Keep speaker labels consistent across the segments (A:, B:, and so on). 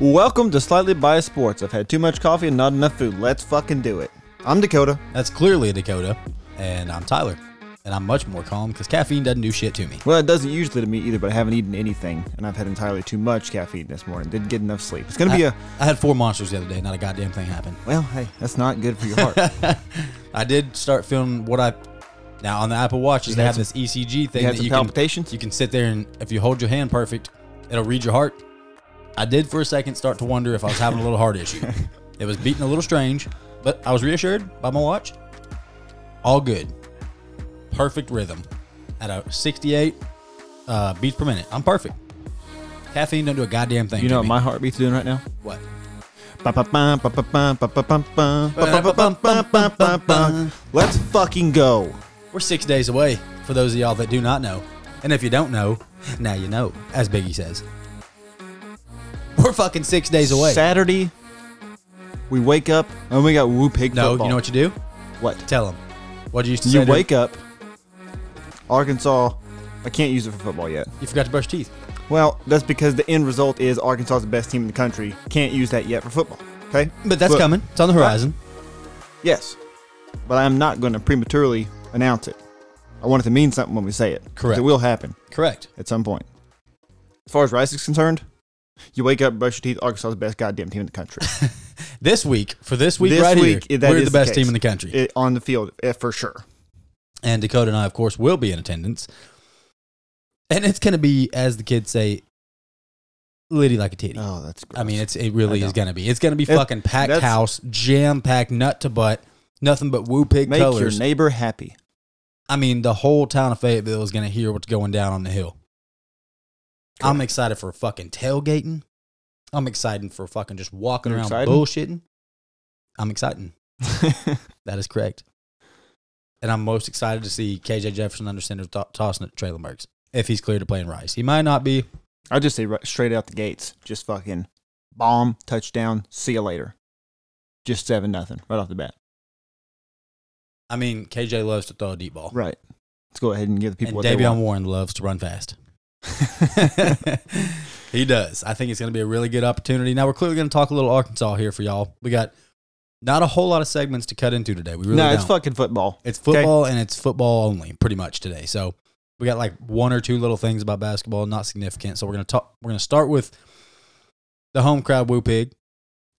A: Welcome to Slightly Biased Sports. I've had too much coffee and not enough food. Let's fucking do it. I'm Dakota.
B: That's clearly a Dakota, and I'm Tyler, and I'm much more calm because caffeine doesn't do shit to me.
A: Well, it doesn't usually to me either, but I haven't eaten anything, and I've had entirely too much caffeine this morning. Didn't get enough sleep. It's gonna be a
B: I had four monsters the other day, not a goddamn thing happened.
A: well, hey, that's not good for your heart. you
B: I did start feeling what I now on the Apple Watch is they
A: had
B: have this ECG thing
A: had
B: that
A: some
B: you can
A: palpitations.
B: you can sit there and if you hold your hand perfect, it'll read your heart. I did for a second start to wonder if I was having a little heart issue. It was beating a little strange, but I was reassured by my watch. All good. Perfect rhythm. At a 68 uh, beats per minute. I'm perfect. Caffeine don't do a goddamn thing.
A: you know
B: to
A: what
B: me.
A: my heartbeat's doing right now?
B: what?
A: Ba-ba-bum, ba-ba-bum, ba-ba-bum, bum, ba-ba-bum, bum, bum, bum, bum. Let's fucking go.
B: We're six days away for those of y'all that do not know. And if you don't know, now you know, as Biggie says. We're fucking six days away.
A: Saturday, we wake up and we got woo pig
B: no,
A: football.
B: you know what you do?
A: What?
B: Tell them. What you used to
A: You
B: say? to-
A: wake up, Arkansas. I can't use it for football yet.
B: You forgot to brush teeth.
A: Well, that's because the end result is Arkansas is the best team in the country. Can't use that yet for football. Okay?
B: But that's
A: Look,
B: coming. It's on the horizon.
A: Yes. But I'm not going to prematurely announce it. I want it to mean something when we say it. 'cause
B: Correct.
A: It will happen
B: Correct.
A: at some point. As far as Rice is concerned, you wake up, brush your teeth. Arkansas is the best goddamn team in the country.
B: This week, for this week
A: This
B: right
A: week,
B: here,
A: that
B: we're
A: is
B: the best
A: case.
B: team in the country.
A: It- on the field, eh, for sure.
B: and Dakota and I, of course, will be in attendance. And it's going to be, as the kids say, litty like a titty.
A: Oh, that's great.
B: I mean, it's it really
A: I
B: is
A: know.
B: gonna be. It's gonna be
A: It-
B: fucking packed
A: that's-
B: house, jam packed, nut to butt, nothing but woo pig
A: Make your
B: colors.
A: neighbor happy.
B: I mean, the whole town of Fayetteville is gonna hear what's going down on the hill. I'm excited for fucking tailgating. I'm excited for fucking just walking
A: You're
B: around
A: excited?
B: bullshitting. I'm excited. That is correct. And I'm most excited to see KJ Jefferson under center to- tossing at Traylon Burks if he's clear to play in Rice. He might not be.
A: I'll just say right, straight out the gates, just fucking bomb, touchdown, see you later. Just seven nothing right off the bat.
B: I mean, KJ loves to throw a deep ball.
A: Right. Let's go ahead and give the people
B: and
A: what
B: Davion
A: they want.
B: Warren loves to run fast. he does. I think it's going to be a really good opportunity. Now we're clearly going to talk a little Arkansas here for y'all. We got not a whole lot of segments to cut into today. We really
A: no, it's
B: don't.
A: fucking football.
B: It's football and it's football only, pretty much today. So we got like one or two little things about basketball, not significant. So we're gonna talk. We're gonna start with the home crowd woo pig,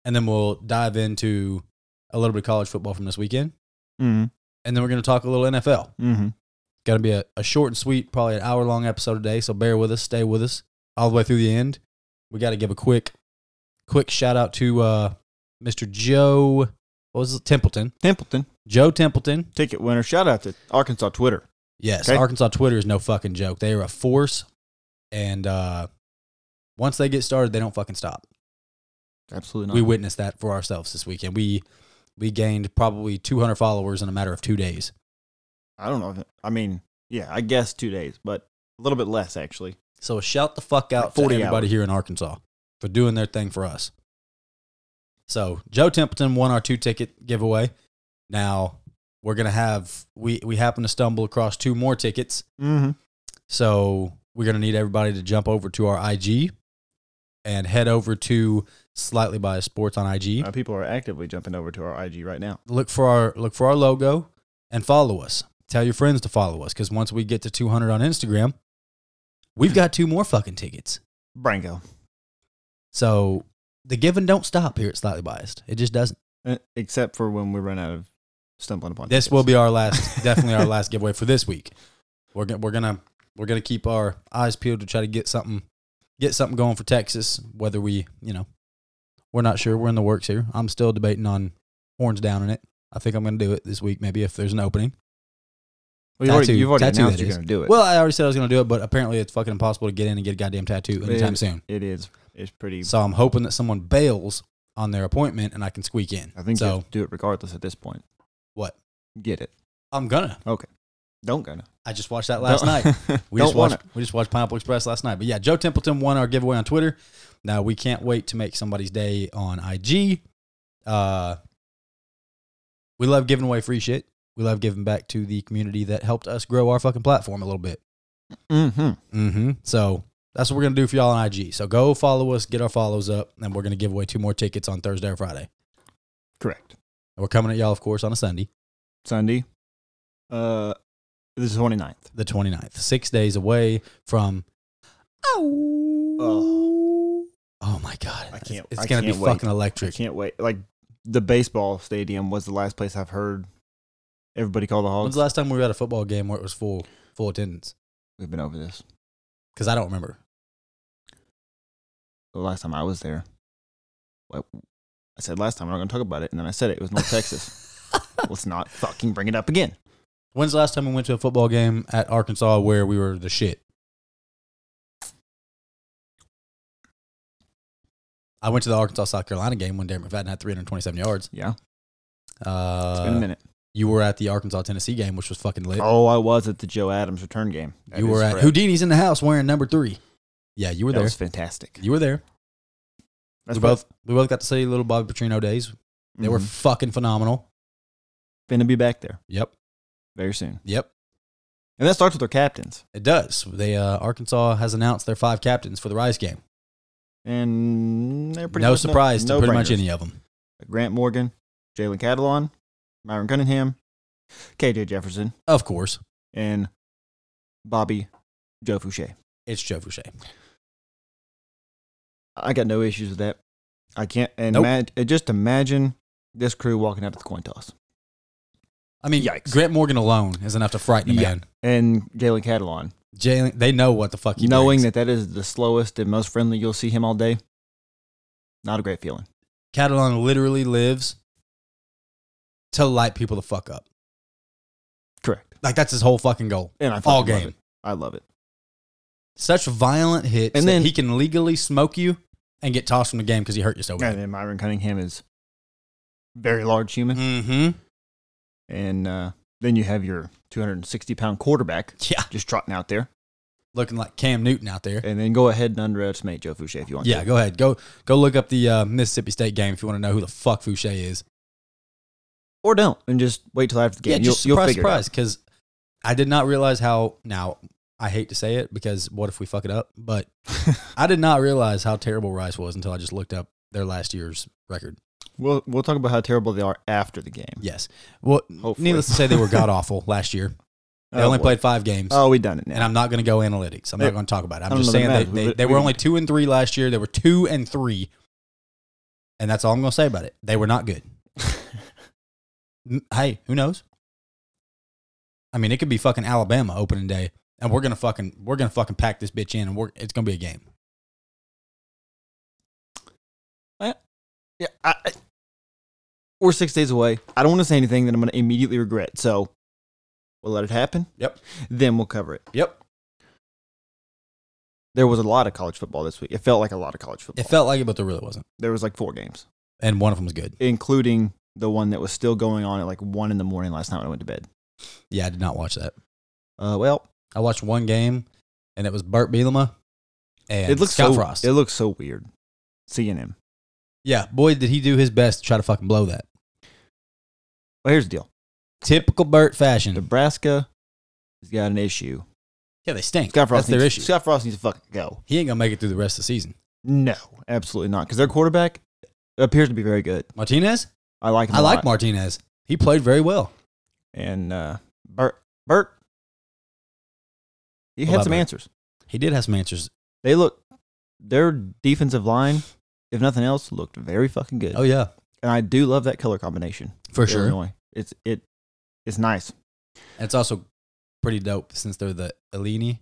B: and then we'll dive into a little bit of college football from this weekend,
A: Mm-hmm.
B: and then we're gonna talk a little NFL.
A: Mm-hmm.
B: Got to be a, a short and sweet, probably an hour long episode today. So bear with us, stay with us all the way through the end. We got to give a quick, quick shout out to uh, Mr. Joe. What was it? Templeton?
A: Templeton
B: Joe Templeton.
A: ticket winner. Shout out to Arkansas Twitter.
B: Yes,
A: Okay.
B: Arkansas Twitter is no fucking joke. They are a force, and uh, once they get started, they don't fucking stop.
A: Absolutely not.
B: We witnessed that for ourselves this weekend. We we gained probably 200 followers in a matter of two days.
A: I don't know. If, I mean, yeah, I guess two days, but a little bit less actually.
B: So shout the fuck out
A: Like 40
B: to everybody
A: hours.
B: here in Arkansas for doing their thing for us. So Joe Templeton won our two ticket giveaway. Now we're gonna have we we happen to stumble across two more tickets.
A: Mm-hmm.
B: So we're gonna need everybody to jump over to our IG and head over to Slightly Biased Sports on IG.
A: Uh, people are actively jumping over to our IG right now.
B: Look for our look for our logo and follow us. Tell your friends to follow us because once we get to 200 on Instagram, we've got two more fucking tickets.
A: Brango.
B: So the giving don't stop here at Slightly Biased. It just doesn't.
A: Uh, Except for when we run out of stumbling upon.
B: This will be our last, definitely our last giveaway for this week. We're gonna, we're gonna we're gonna keep our eyes peeled to try to get something get something going for Texas. Whether we you know we're not sure. We're in the works here. I'm still debating on horns down in it. I think I'm gonna do it this week. Maybe if there's an opening.
A: Well, you've already,
B: tattoo-
A: you've already
B: tattoo
A: announced
B: that
A: you're
B: is.
A: going to do it.
B: Well, I already said I was gonna do it, but apparently it's fucking impossible to get in and get a goddamn tattoo anytime
A: Yeah.
B: soon.
A: it is. It's pretty.
B: So I'm hoping that someone bails on their appointment and I can squeak in.
A: I think you
B: so.
A: have to do it regardless at this point.
B: What?
A: Get it.
B: I'm gonna.
A: Don't gonna.
B: I just watched that last night.
A: Don't-
B: We
A: Don't
B: just
A: want
B: watched we just watched Pineapple Express last night. But yeah, Joe Templeton won our giveaway on Twitter. Now we can't wait to make somebody's day on IG. Uh, we love giving away free shit. We love giving back to the community that helped us grow our fucking platform a little bit.
A: it. Mm-hmm.
B: Mm-hmm. So That's what we're gonna do for y'all on IG. So go follow us, get our follows up, and we're gonna give away two more tickets on Thursday or Friday.
A: Correct.
B: And we're coming at y'all, of course, on a Sunday,
A: Sunday. Uh, this is 29th.
B: the 29th, six days away from. Oh, oh my god!
A: I can't-
B: It's,
A: I
B: gonna
A: can't
B: be
A: wait.
B: fucking
A: I
B: electric.
A: can't wait. Like the baseball stadium was the last place I've heard everybody call the
B: When's
A: hogs.
B: the last time we were at a football game where it was full full attendance?
A: We've been over this.
B: Because I don't remember.
A: The last time I was there, what I said last time we're not going to talk about it, and then I said it. It was North Texas. Let's not fucking bring it up again.
B: When's the last time we went to a football game at Arkansas where we were the shit? I went to the Arkansas South Carolina game when Darren McFadden had 327 yards.
A: Yeah, it's been a
B: Uh,
A: minute.
B: you were at the Arkansas Tennessee game, which was fucking lit.
A: Oh, I was at the Joe Adams return game. That
B: you
A: is
B: were at
A: correct.
B: Houdini's in the house wearing number three. Yeah, you were
A: That
B: there.
A: was fantastic.
B: you were there.
A: That's Mm-hmm.
B: we both we both got to see little Bobby Petrino days. They were fucking phenomenal.
A: going to Mm-hmm. be back there
B: Yep.
A: very soon,
B: Yep.
A: and that starts with their captains.
B: It does. They uh, Arkansas has announced their five captains for the Rise game.
A: And they're pretty
B: no
A: much
B: surprise
A: no
B: to pretty much
A: brainers.
B: any of them.
A: Grant Morgan, Jalen Catalon, Myron Cunningham, KJ Jefferson,
B: Of course,
A: and Bobby Joe Fouché.
B: it's Joe Fouché.
A: I got no issues with that. I can't and
B: Nope.
A: imag- uh, just imagine this crew walking out of the coin toss.
B: I mean,
A: Yikes.
B: Grant Morgan alone is enough to frighten a
A: Yeah.
B: man.
A: And Jalen Catalon,
B: Jalen, they know what the fuck he
A: knowing
B: brings.
A: that that is the slowest and most friendly you'll see him all day, not a great feeling.
B: Catalan literally lives to light people the fuck up.
A: Correct.
B: Like that's his whole fucking goal.
A: And I fucking
B: All
A: love
B: game,
A: it. I love it.
B: such violent hits,
A: And
B: and
A: then-
B: then he can legally smoke you and get tossed from the game because he hurt you so
A: And
B: bad.
A: then Myron Cunningham is very large human,
B: Mm-hmm.
A: and uh, then you have your 260 pound quarterback
B: Yeah,
A: just trotting out there.
B: looking like Cam Newton out there.
A: And then go ahead and underestimate Joe Fouché if you want
B: Yeah,
A: to.
B: go ahead. Go go look up the uh, Mississippi State game if you want to know who the fuck Fouché is.
A: Or don't. And just wait till after the game.
B: Yeah,
A: you'll,
B: just
A: you'll
B: surprise,
A: figure it out.
B: surprise. Because I did not realize how. Now I hate to say it because what if we fuck it up? But I did not realize how terrible Rice was until I just looked up their last year's record.
A: We'll, we'll talk about how terrible they are after the game.
B: Yes. Well,
A: Hopefully.
B: needless to say, they were god awful last year. They only
A: boy.
B: played five games.
A: Oh, we done it now.
B: And I'm not going to go analytics. I'm
A: They-
B: not going to talk about it.
A: I
B: I'm
A: don't
B: just
A: know that
B: saying they,
A: matters.
B: they,
A: We-
B: they
A: we
B: were
A: can-
B: only two and three last year. They were two and three. And that's all I'm going to say about it. They were not good. M- hey, who knows? I mean, it could be fucking Alabama opening day, and we're gonna fucking we're gonna fucking pack this bitch in, and we're it's gonna be a game.
A: yeah, I, I- we're six days away. I don't want to say anything that I'm going to immediately regret. So we'll let it happen.
B: Yep.
A: Then we'll cover it.
B: Yep.
A: There was a lot of college football this week. It felt like a lot of college football.
B: It felt like it, but there really wasn't.
A: there was like four games,
B: And one of them was good.
A: including the one that was still going on at like one in the morning last night when I went to bed.
B: Yeah, I did not watch that.
A: Uh, well,
B: I watched one game, and it was Burt Bielema and
A: it looks
B: Scott
A: so
B: Frost.
A: it looks so weird seeing him.
B: yeah, boy, did he do his best to try to fucking blow that.
A: Well, here's the deal.
B: Typical Burt fashion.
A: Nebraska has got an issue.
B: Yeah, they stink.
A: Scott Frost
B: That's their
A: needs,
B: issue.
A: Scott Frost needs to fucking go.
B: He ain't gonna make it through the rest of the season.
A: No, absolutely not. Because their quarterback appears to be very good.
B: Martinez,
A: I like him.
B: I
A: a
B: like
A: lot.
B: Martinez. He played very well.
A: and uh, Bert. Bert. He
B: What
A: had
B: about
A: some
B: Bert?
A: answers.
B: He did have some answers.
A: They look their defensive line, if nothing else, looked very fucking good.
B: Oh yeah,
A: And I do love that color combination.
B: for sure.
A: Illinois. It's it it's nice.
B: And it's also pretty dope since they're the Alini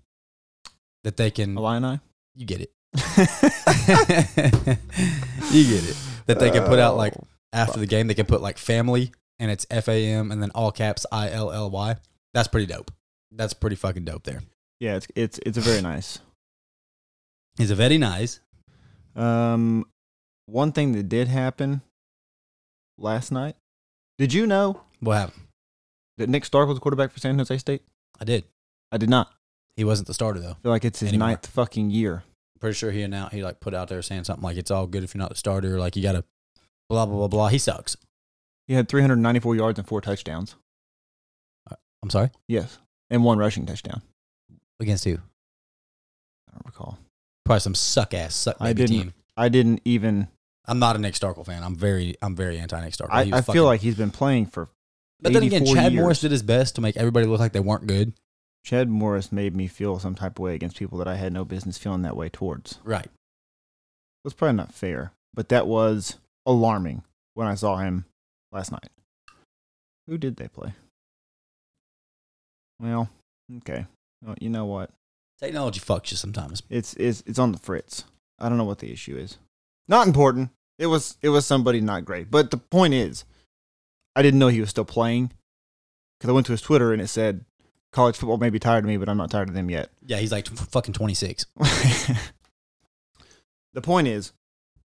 B: that they can.
A: Illini.
B: You get it. you get it. That they can put out
A: Oh,
B: like after the game, they can put like family and it's F A M and then all caps I L L Y. That's pretty dope. That's pretty fucking dope there.
A: Yeah, it's it's it's a very nice.
B: He's a very nice.
A: Um, one thing that did happen last night. Did you know
B: What happened?
A: that Nick Stark was the quarterback for San Jose State?
B: I did.
A: I did not.
B: He wasn't the starter though.
A: I feel like it's his
B: Anymore.
A: ninth fucking year.
B: Pretty sure he announced he like put out there saying something like it's all good if you're not the starter. Like you gotta blah blah blah blah. He sucks.
A: He had 394 yards and four touchdowns.
B: I'm sorry.
A: Yes, and one rushing touchdown.
B: Against who?
A: I don't recall.
B: Probably some suck ass suck
A: I
B: baby
A: didn't.
B: team.
A: I didn't even.
B: I'm not a Nick Starkle fan. I'm very I'm very anti Nick Starkle.
A: I,
B: He
A: I
B: was
A: feel
B: fucking-
A: like he's been playing for.
B: But then again,
A: 84
B: Chad
A: years.
B: Morris did his best to make everybody look like they weren't good.
A: Chad Morris made me feel some type of way against people that I had no business feeling that way towards.
B: Right.
A: That's probably not fair, but that was alarming when I saw him last night. Who did they play? Well, okay. Well, you know what?
B: Technology fucks you sometimes.
A: It's it's it's on the fritz. I don't know what the issue is. Not important. It was it was somebody not great. But the point is, I didn't know he was still playing because I went to his Twitter and it said, "College football may be tired of me, but I'm not tired of them yet."
B: Yeah, he's like f- fucking 26.
A: the point is,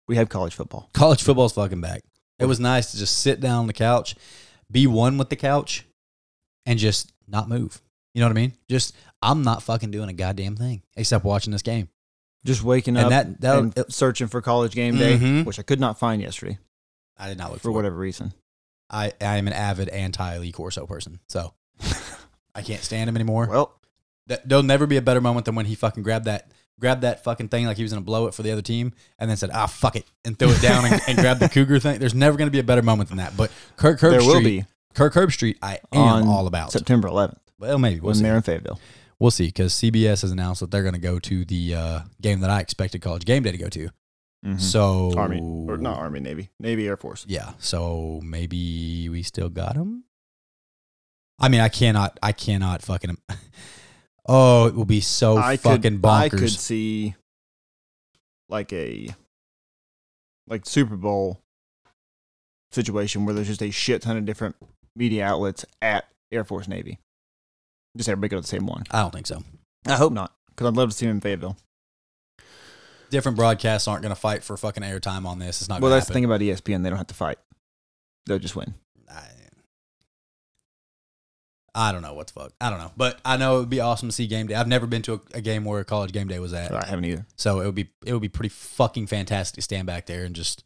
A: we have college football.
B: College football's fucking back. It was nice to just sit down on the couch, be one with the couch, and just not move. You know what I mean? Just I'm not fucking doing a goddamn thing except watching this game.
A: Just waking
B: And
A: up
B: that that
A: and
B: Oh, it-
A: searching for college game day,
B: Mhm.
A: which I could not find yesterday
B: I did not look
A: for
B: for it.
A: whatever reason.
B: I I am an avid anti Lee Corso person, so I can't stand him anymore.
A: Well,
B: Th- there'll never be a better moment than when he fucking grabbed that grabbed that fucking thing like he was gonna blow it for the other team and then said ah fuck it and threw it down and, and grabbed the cougar thing. There's never gonna be a better moment than that. But Kirk Herbstreit,
A: there will be
B: Kirk Herbstreit, I am
A: on
B: all about.
A: September 11th
B: well, maybe we'll
A: when
B: see.
A: they're in Fayetteville.
B: We'll see because CBS has announced that they're gonna go to the uh, game that I expected College Game Day to go to.
A: Mhm.
B: So
A: Army or not Army, Navy, Navy, Air Force.
B: Yeah. So maybe we still got him. I mean, I cannot, I cannot fucking. Oh, it will be so fucking
A: could,
B: bonkers.
A: I could see like a like Super Bowl situation where there's just a shit ton of different media outlets at Air Force Navy. Just everybody go to the same one.
B: I don't think so.
A: I hope not, because I'd love to see him in Fayetteville.
B: Different broadcasts aren't going to fight for fucking airtime on this. It's not.
A: well,
B: gonna
A: that's the thing about E ESPN; they don't have to fight; they'll just win.
B: happen. I, I don't know what the fuck. I don't know, but I know it would be awesome to see game day. I've never been to a, a game where a college game day was at,
A: I haven't either.
B: so it would be it would be pretty fucking fantastic to stand back there and just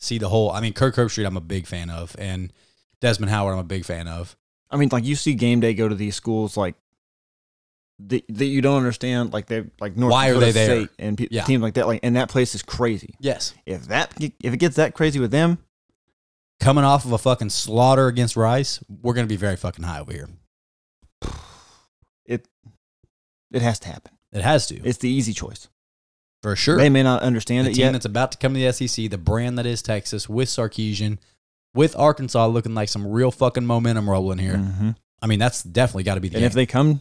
B: see the whole. I mean, Kirk Herbstreit, I'm a big fan of, and Desmond Howard, I'm a big fan of.
A: I mean, like you see game day go to these schools like that that you don't understand, like they like North
B: Why are
A: Dakota
B: they there?
A: State and pe-
B: Yeah.
A: teams like that, like and that place is crazy.
B: Yes.
A: If that if it gets that crazy with them,
B: Coming off of a fucking slaughter against Rice, we're going to be very fucking high over here.
A: it it has to happen.
B: It has to,
A: It's the easy choice.
B: for sure.
A: They may not understand
B: the
A: it
B: team
A: yet.
B: that's about to come to the SEC, the brand that is Texas, with Sarkeesian, with Arkansas looking like some real fucking momentum rolling here.
A: Mhm.
B: I mean, that's definitely got to be the
A: And if
B: game.
A: they come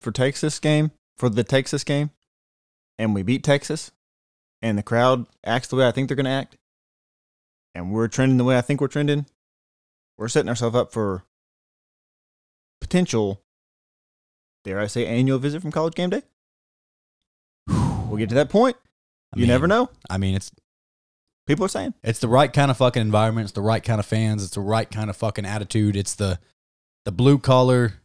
A: for Texas game for the Texas game, and we beat Texas, and the crowd acts the way I think they're going to act, and we're trending the way I think we're trending, we're setting ourselves up for potential. Dare I say annual visit from College Game Day? We'll get to that point.
B: I
A: You
B: mean-
A: never know.
B: I mean, it's
A: People are saying
B: it's the right kind of fucking environment. It's the right kind of fans. It's the right kind of fucking attitude. It's the the blue collar,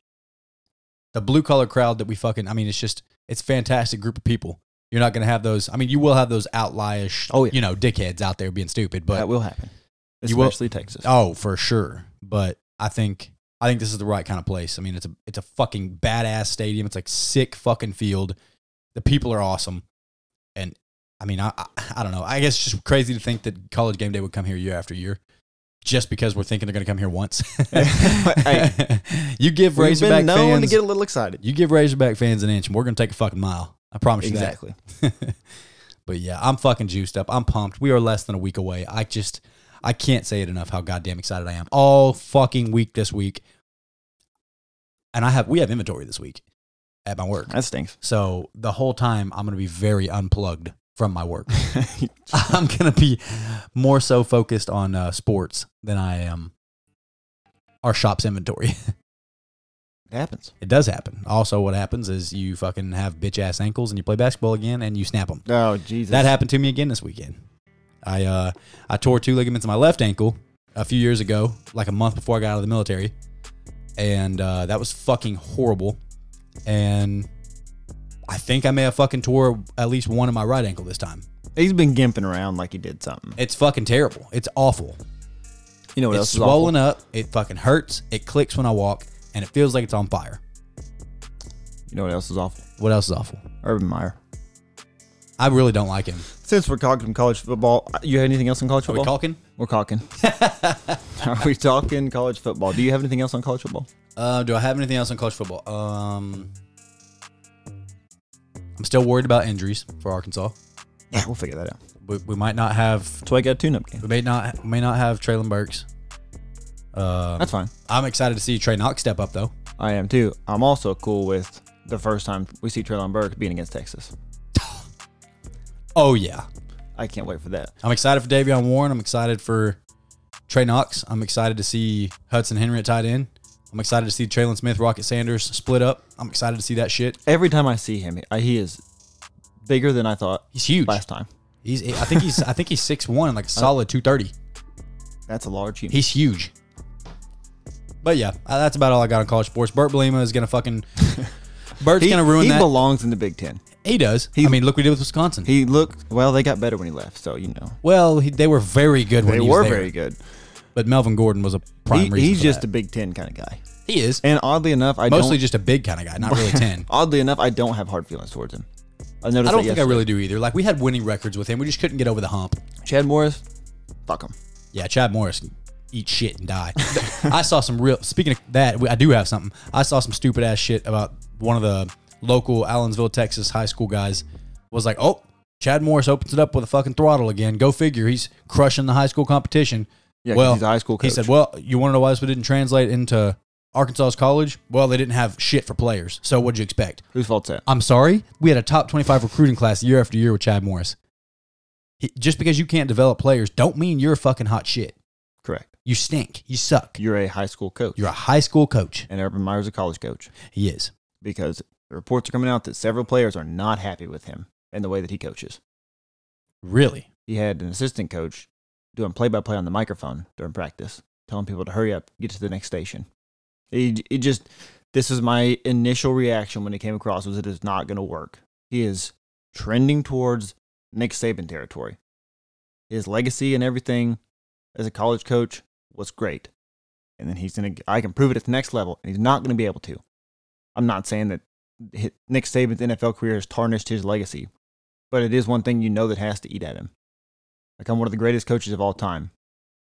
B: the blue collar crowd that we fucking. I mean, it's just it's fantastic group of people. You're not gonna have those. I mean, you will have those outlierish,
A: Oh, yeah.
B: you know, dickheads out there being stupid. But
A: that will happen,
B: You will-
A: especially Texas.
B: Oh, for sure. But I think I think this is the right kind of place. I mean, it's a it's a fucking badass stadium. It's like sick fucking field. The people are awesome. And I mean, I I, I don't know. I guess it's just crazy to think that college game day would come here year after year. Just because we're thinking they're going to come here once,
A: Hey.
B: you give
A: We've
B: Razorback
A: been known
B: fans
A: to get a little excited.
B: you give Razorback fans an inch, and we're going to take a fucking mile. I promise you that.
A: Exactly.
B: but yeah, I'm fucking juiced up. I'm pumped. We are less than a week away. I just, I can't say it enough how goddamn excited I am. All fucking week this week, and I have we have inventory this week at my work.
A: That stinks.
B: So the whole time I'm gonna be very unplugged from my work. I'm gonna be more so focused on uh, sports than I am our shop's inventory.
A: It happens.
B: It does happen. Also, what happens is you fucking have bitch ass ankles and you play basketball again and you snap them.
A: Oh Jesus!
B: That happened to me again this weekend. I uh, I tore two ligaments in my left ankle a few years ago, like a month before I got out of the military, and uh, that was fucking horrible. And I think I may have fucking tore at least one in my right ankle this time.
A: He's been gimping around like he did something.
B: It's fucking terrible. It's awful.
A: You know what
B: it's
A: else is
B: swollen
A: awful?
B: up. It fucking hurts. It clicks when I walk, and it feels like it's on fire.
A: You know what else is awful?
B: What else is awful?
A: Urban Meyer.
B: I really don't like him.
A: Since we're talking college football, uh, you have anything else on college
B: Are we
A: football?
B: talking?
A: We're talking. Are we talking college football? Do you have anything else on college football?
B: Uh, do I have anything else on college football? Um, I'm still worried about injuries for Arkansas.
A: Yeah, we'll figure that out.
B: We, we might not have.
A: That's why I got a tune-up game.
B: We may not may not have Traylon Burks. Um,
A: That's fine.
B: I'm excited to see Trey Knox step up though.
A: I am too. I'm also cool with the first time we see Traylon Burke being against Texas.
B: Oh yeah,
A: I can't wait for that.
B: I'm excited for Davion Warren. I'm excited for Trey Knox. I'm excited to see Hudson Henry at tight end. I'm excited to see Traylon Smith, Rocket Sanders split up. I'm excited to see that shit.
A: Every time I see him, I- he is bigger than I thought
B: He's huge.
A: last time.
B: He's I think he's I think he's six one, like a solid two thirty.
A: That's a large human.
B: He's huge. But yeah, uh, that's about all I got on college sports. Bert Belima is gonna fucking Bert's gonna ruin
A: he
B: that.
A: belongs in the Big Ten.
B: he does. I mean, look what he did with Wisconsin.
A: He looked well. They got better when he left, so you know
B: well, he, they were very good when
A: they
B: he
A: were
B: was there,
A: very good.
B: but Melvin Gordon was a prime
A: He,
B: reason.
A: he's
B: for
A: just
B: that.
A: a Big Ten kind of guy.
B: he is
A: And oddly enough, I
B: mostly
A: don't,
B: just a big kind of guy, not really ten.
A: oddly enough, I don't have hard feelings towards him. I noticed.
B: I don't
A: that
B: think I really do either. Like we had winning records with him, we just couldn't get over the hump.
A: yesterday. Chad Morris, fuck him.
B: Yeah, Chad Morris can eat shit and die. I saw some real. Speaking of that, we- I do have something. I saw some stupid ass shit about one of the local Allensville, Texas high school guys. Was like, oh, Chad Morris opens it up with a fucking throttle again. Go figure. He's crushing the high school competition.
A: Yeah, 'cause
B: well,
A: he's a high school
B: he
A: coach.
B: said, well, you want to know why this didn't translate into Arkansas's college? Well, they didn't have shit for players. So what'd you expect?
A: Whose fault's that?
B: I'm sorry. We had a top 25 recruiting class year after year with Chad Morris. He- just because you can't develop players, don't mean you're fucking hot shit.
A: Correct.
B: You stink. You suck.
A: You're a high school coach,
B: You're a high school coach.
A: and Urban Meyer's a college coach
B: He is.
A: because the reports are coming out that several players are not happy with him and the way that he coaches.
B: Really?
A: He had an assistant coach doing play-by-play on the microphone during practice, telling people to hurry up, get to the next station. It, it just this is my initial reaction when it came across was it is not going to work. He is trending towards Nick Saban territory. His legacy and everything as a college coach was great, and then he's gonna. I can prove it at the next level, and he's not gonna be able to. I'm not saying that hi- Nick Saban's NFL career has tarnished his legacy, but it is one thing you know that has to eat at him. Like I'm one of the greatest coaches of all time,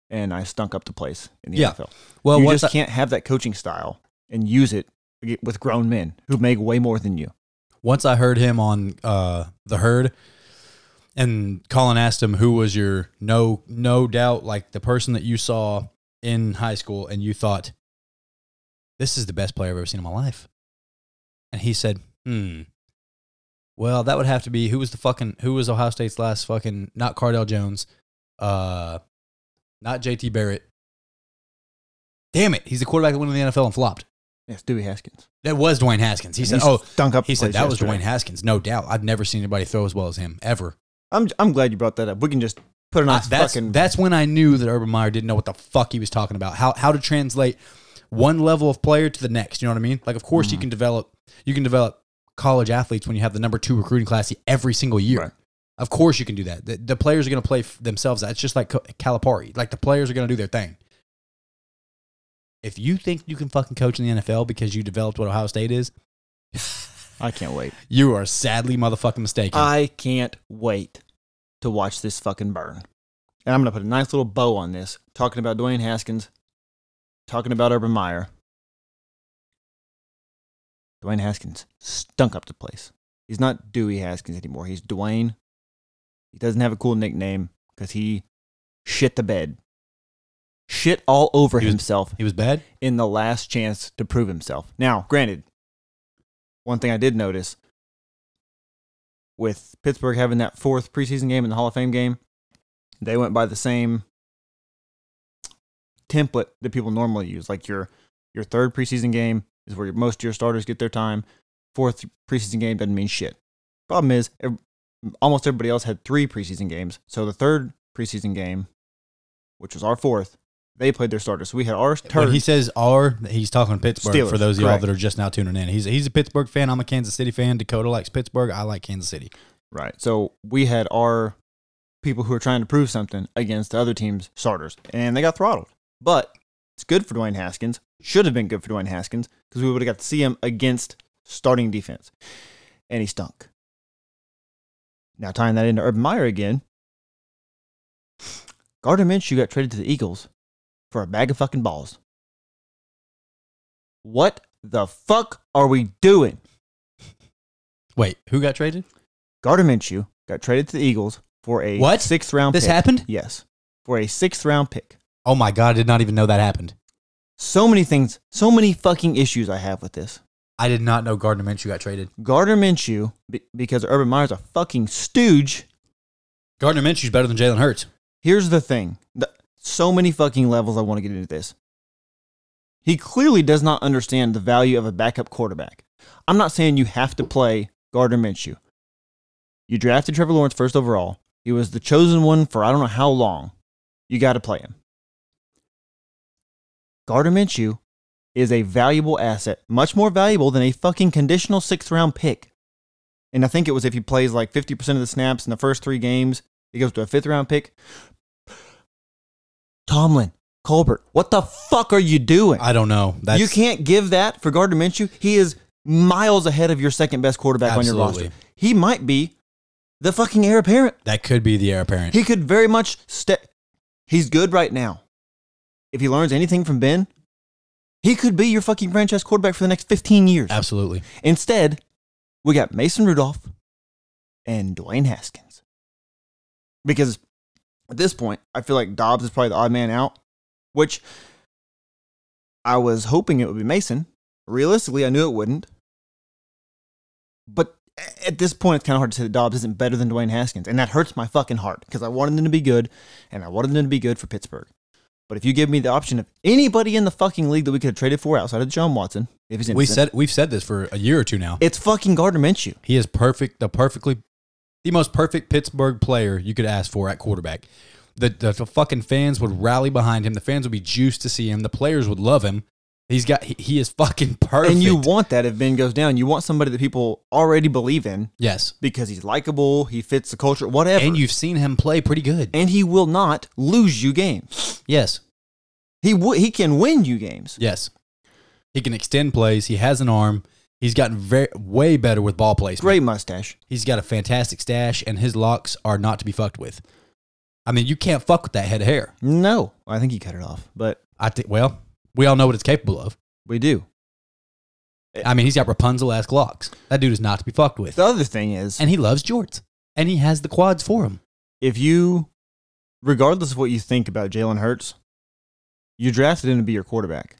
A: and I stunk up the place in the
B: Yeah.
A: NFL.
B: Well,
A: you
B: once
A: just
B: I,
A: can't have that coaching style and use it with grown men who make way more than you.
B: once I heard him on uh, the herd, and Colin asked him who was your no no doubt like the person that you saw in high school, and you thought this is the best player I've ever seen in my life, and he said, "Hmm." Well, that would have to be who was the fucking who was Ohio State's last fucking not Cardell Jones, uh, not J.T. Barrett. Damn it, he's the quarterback that went to the NFL and flopped.
A: Yes, Dewey Haskins.
B: That was Dwayne Haskins. He
A: And
B: said, "Oh,
A: stunk up."
B: he
A: the
B: said
A: place
B: that was
A: yesterday.
B: Dwayne Haskins, no doubt. I've never seen anybody throw as well as him ever.
A: I'm I'm glad you brought that up. We can just put a nice
B: I- that's
A: fucking
B: that's when I knew that Urban Meyer didn't know what the fuck he was talking about. How how to translate one level of player to the next. You know what I mean? Like, of course
A: Mm-hmm.
B: you can develop you can develop college athletes when you have the number two recruiting class every single year.
A: Right.
B: Of course you can do that. The, the players are going to play f- themselves. That's just like Co- Calipari. Like the players are going to do their thing. If you think you can fucking coach in the NFL because you developed what Ohio State is,
A: I can't wait.
B: you are sadly motherfucking mistaken.
A: I can't wait to watch this fucking burn. And I'm gonna put a nice little bow on this, talking about Dwayne Haskins, talking about Urban Meyer. Dwayne Haskins stunk up the place. He's not Dewey Haskins anymore. He's Dwayne. He doesn't have a cool nickname because he shit the bed. Shit all over
B: He was-
A: himself
B: he was bad.
A: in the last chance to prove himself. Now, granted, one thing I did notice with Pittsburgh having that fourth preseason game and the Hall of Fame game, they went by the same template that people normally use. Like your your third preseason game is where most of your starters get their time. Fourth preseason game doesn't mean shit. Problem is, ev- almost everybody else had three preseason games. So the third preseason game, which was our fourth, they played their starters. So we had our turn.
B: When he says "our," he's talking Pittsburgh.
A: Steelers,
B: for those of y'all
A: correct.
B: that are just now tuning in, he's he's a Pittsburgh fan. I'm a Kansas City fan. Dakota likes Pittsburgh. I like Kansas City.
A: Right. So we had our people who are trying to prove something against the other team's starters, and they got throttled. But it's good for Dwayne Haskins. Should have been good for Dwayne Haskins because we would have got to see him against starting defense, and he stunk. Now tying that into Urban Meyer again. Gardner Minshew got traded to the Eagles for a bag of fucking balls. What the fuck are we doing?
B: Wait, who got traded?
A: Gardner Minshew got traded to the Eagles for a
B: What?
A: sixth round
B: This
A: pick.
B: happened?
A: Yes. For a sixth round pick.
B: Oh my God, I did not even know that happened.
A: So many things, so many fucking issues I have with this.
B: I did not know Gardner Minshew got traded.
A: Gardner Minshew, be- because Urban Meyer's a fucking stooge.
B: Gardner Minshew's better than Jalen Hurts.
A: Here's the thing The- so many fucking levels I want to get into this. He clearly does not understand the value of a backup quarterback. I'm not saying you have to play Gardner Minshew. You drafted Trevor Lawrence first overall. He was the chosen one for I don't know how long. You got to play him. Gardner Minshew is a valuable asset, much more valuable than a fucking conditional sixth round pick. And I think it was if he plays like 50% of the snaps in the first three games, he goes to a fifth round pick. Tomlin, Colbert, what the fuck are you doing?
B: I don't know. That's,
A: you can't give that for Gardner Minshew. He is miles ahead of your second best quarterback on your
B: Absolutely.
A: roster. He might be the fucking heir apparent.
B: That could be the heir apparent.
A: He could very much stay. He's good right now. If he learns anything from Ben, he could be your fucking franchise quarterback for the next 15 years.
B: Absolutely.
A: Instead, we got Mason Rudolph and Dwayne Haskins. Because at this point, I feel like Dobbs is probably the odd man out, which I was hoping it would be Mason. Realistically, I knew it wouldn't. But a- at this point, it's kind of hard to say that Dobbs isn't better than Dwayne Haskins. And that hurts my fucking heart because I wanted them to be good and I wanted them to be good for Pittsburgh. But if you give me the option of anybody in the fucking league that we could have traded for outside of John Watson, if he's in
B: We said we've said this for a year or two now.
A: it's fucking Gardner Minshew.
B: He is perfect, the perfectly, the most perfect Pittsburgh player you could ask for at quarterback. The, the, the fucking fans would rally behind him. The fans would be juiced to see him. The players would love him. He's got he, he is fucking perfect.
A: And you want that if Ben goes down. You want somebody that people already believe in
B: yes,
A: because he's likable, he fits the culture, whatever.
B: and you've seen him play pretty good.
A: and he will not lose you games.
B: Yes,
A: He w- he can win you games.
B: yes. He can extend plays. He has an arm. He's gotten very way better with ball placement.
A: Great mustache.
B: He's got a fantastic stash, and his locks are not to be fucked with. I mean, you can't fuck with that head of hair.
A: No, I think he cut it off, but
B: I think. Well, we all know what it's capable of.
A: we do.
B: I mean, he's got Rapunzel esque locks. That dude is not to be fucked with.
A: The other thing is,
B: And he loves jorts. And he has the quads for him.
A: if you, regardless of what you think about Jalen Hurts, you drafted him to be your quarterback.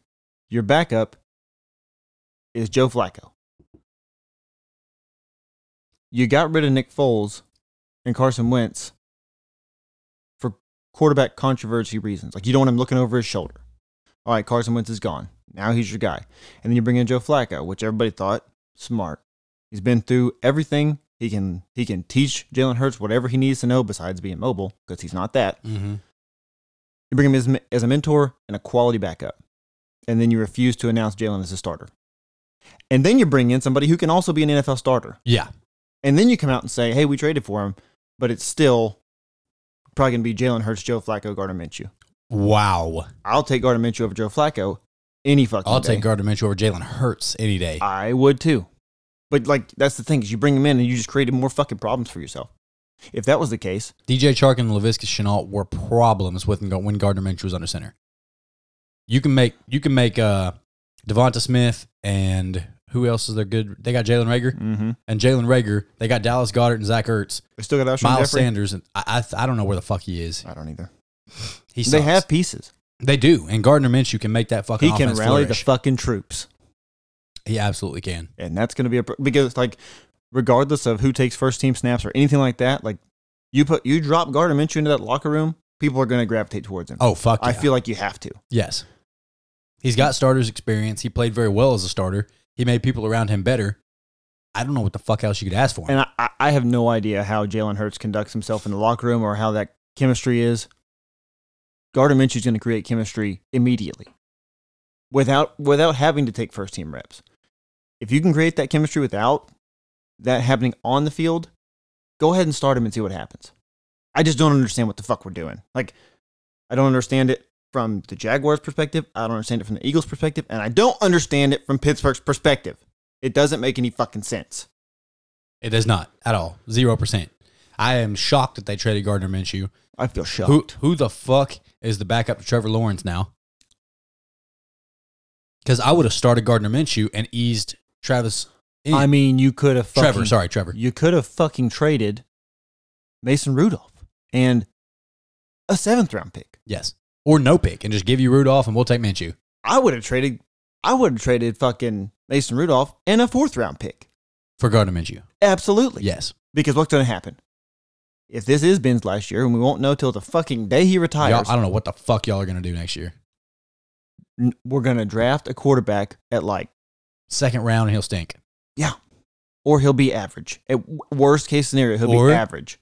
A: Your backup is Joe Flacco. You got rid of Nick Foles and Carson Wentz for quarterback controversy reasons. Like you don't want him looking over his shoulder. All right, Carson Wentz is gone. Now he's your guy. And then you bring in Joe Flacco, which everybody thought smart. He's been through everything. He can he can teach Jalen Hurts whatever he needs to know besides being mobile because he's not that.
B: Mm-hmm.
A: You bring him as, as a mentor and a quality backup, and then you refuse to announce Jalen as a starter. And then you bring in somebody who can also be an NFL starter.
B: Yeah.
A: And then you come out and say, hey, we traded for him, but it's still probably going to be Jalen Hurts, Joe Flacco, Gardner Minshew.
B: Wow.
A: I'll take Gardner Minshew over Joe Flacco any fucking
B: I'll
A: day.
B: take Gardner Minshew over Jalen Hurts any day.
A: I would too. But like, that's the thing is you bring him in and you just created more fucking problems for yourself. If that was the case,
B: DJ Chark and LaVisca Chenault were problems with when Gardner Minshew was under center. You can make you can make uh, Devonta Smith and who else is there good? They got Jalen Rager
A: mm-hmm.
B: and Jalen Rager. They got Dallas Goddard and Zach Ertz,
A: I still got Alshon
B: Miles
A: Jeffrey.
B: Sanders, and I, I I don't know where the fuck he is.
A: I don't either. They
B: He sucks.
A: have pieces.
B: they do, and Gardner Minshew can make that fucking.
A: he can
B: offense
A: rally
B: flourish.
A: the fucking troops.
B: He absolutely can.
A: and that's going to be a pro- because like regardless of who takes first team snaps or anything like that, like you put you drop Gardner Minshew into that locker room, people are going to gravitate towards him.
B: Oh fuck!
A: I
B: yeah.
A: feel like you have to.
B: yes. He's got starters experience. He played very well as a starter. He made people around him better. I don't know what the fuck else you could ask for.
A: And I- I, I have no idea how Jalen Hurts conducts himself in the locker room or how that chemistry is. Gardner Minshew's going to create chemistry immediately, without without having to take first team reps. If you can create that chemistry without that happening on the field, go ahead and start him and see what happens. I just don't understand what the fuck we're doing. Like, I don't understand it from the Jaguars' perspective. I don't understand it from the Eagles' perspective, and I don't understand it from Pittsburgh's perspective. It doesn't make any fucking sense.
B: It does not at all. Zero percent. I am shocked that they traded Gardner Minshew.
A: I feel shocked.
B: Who who the fuck is the backup to Trevor Lawrence now? Because I would have started Gardner Minshew and eased Travis. In.
A: I mean, you could have fucking,
B: Trevor, sorry, Trevor.
A: You could have fucking traded Mason Rudolph and a seventh round pick.
B: Yes, or no pick and just give you Rudolph and we'll take Minshew.
A: I would have traded. I would have traded fucking Mason Rudolph and a fourth round pick.
B: for Gardner Minshew.
A: Absolutely.
B: Yes.
A: Because what's going to happen? If this is Ben's last year, and we won't know till the fucking day he
B: Y'all,
A: retires,
B: I don't know what the fuck y'all are going to do next year.
A: n- we're going to draft a quarterback at like,
B: Second round, and he'll stink.
A: or he'll be average. At w- worst case scenario, he'll
B: Or-
A: be average.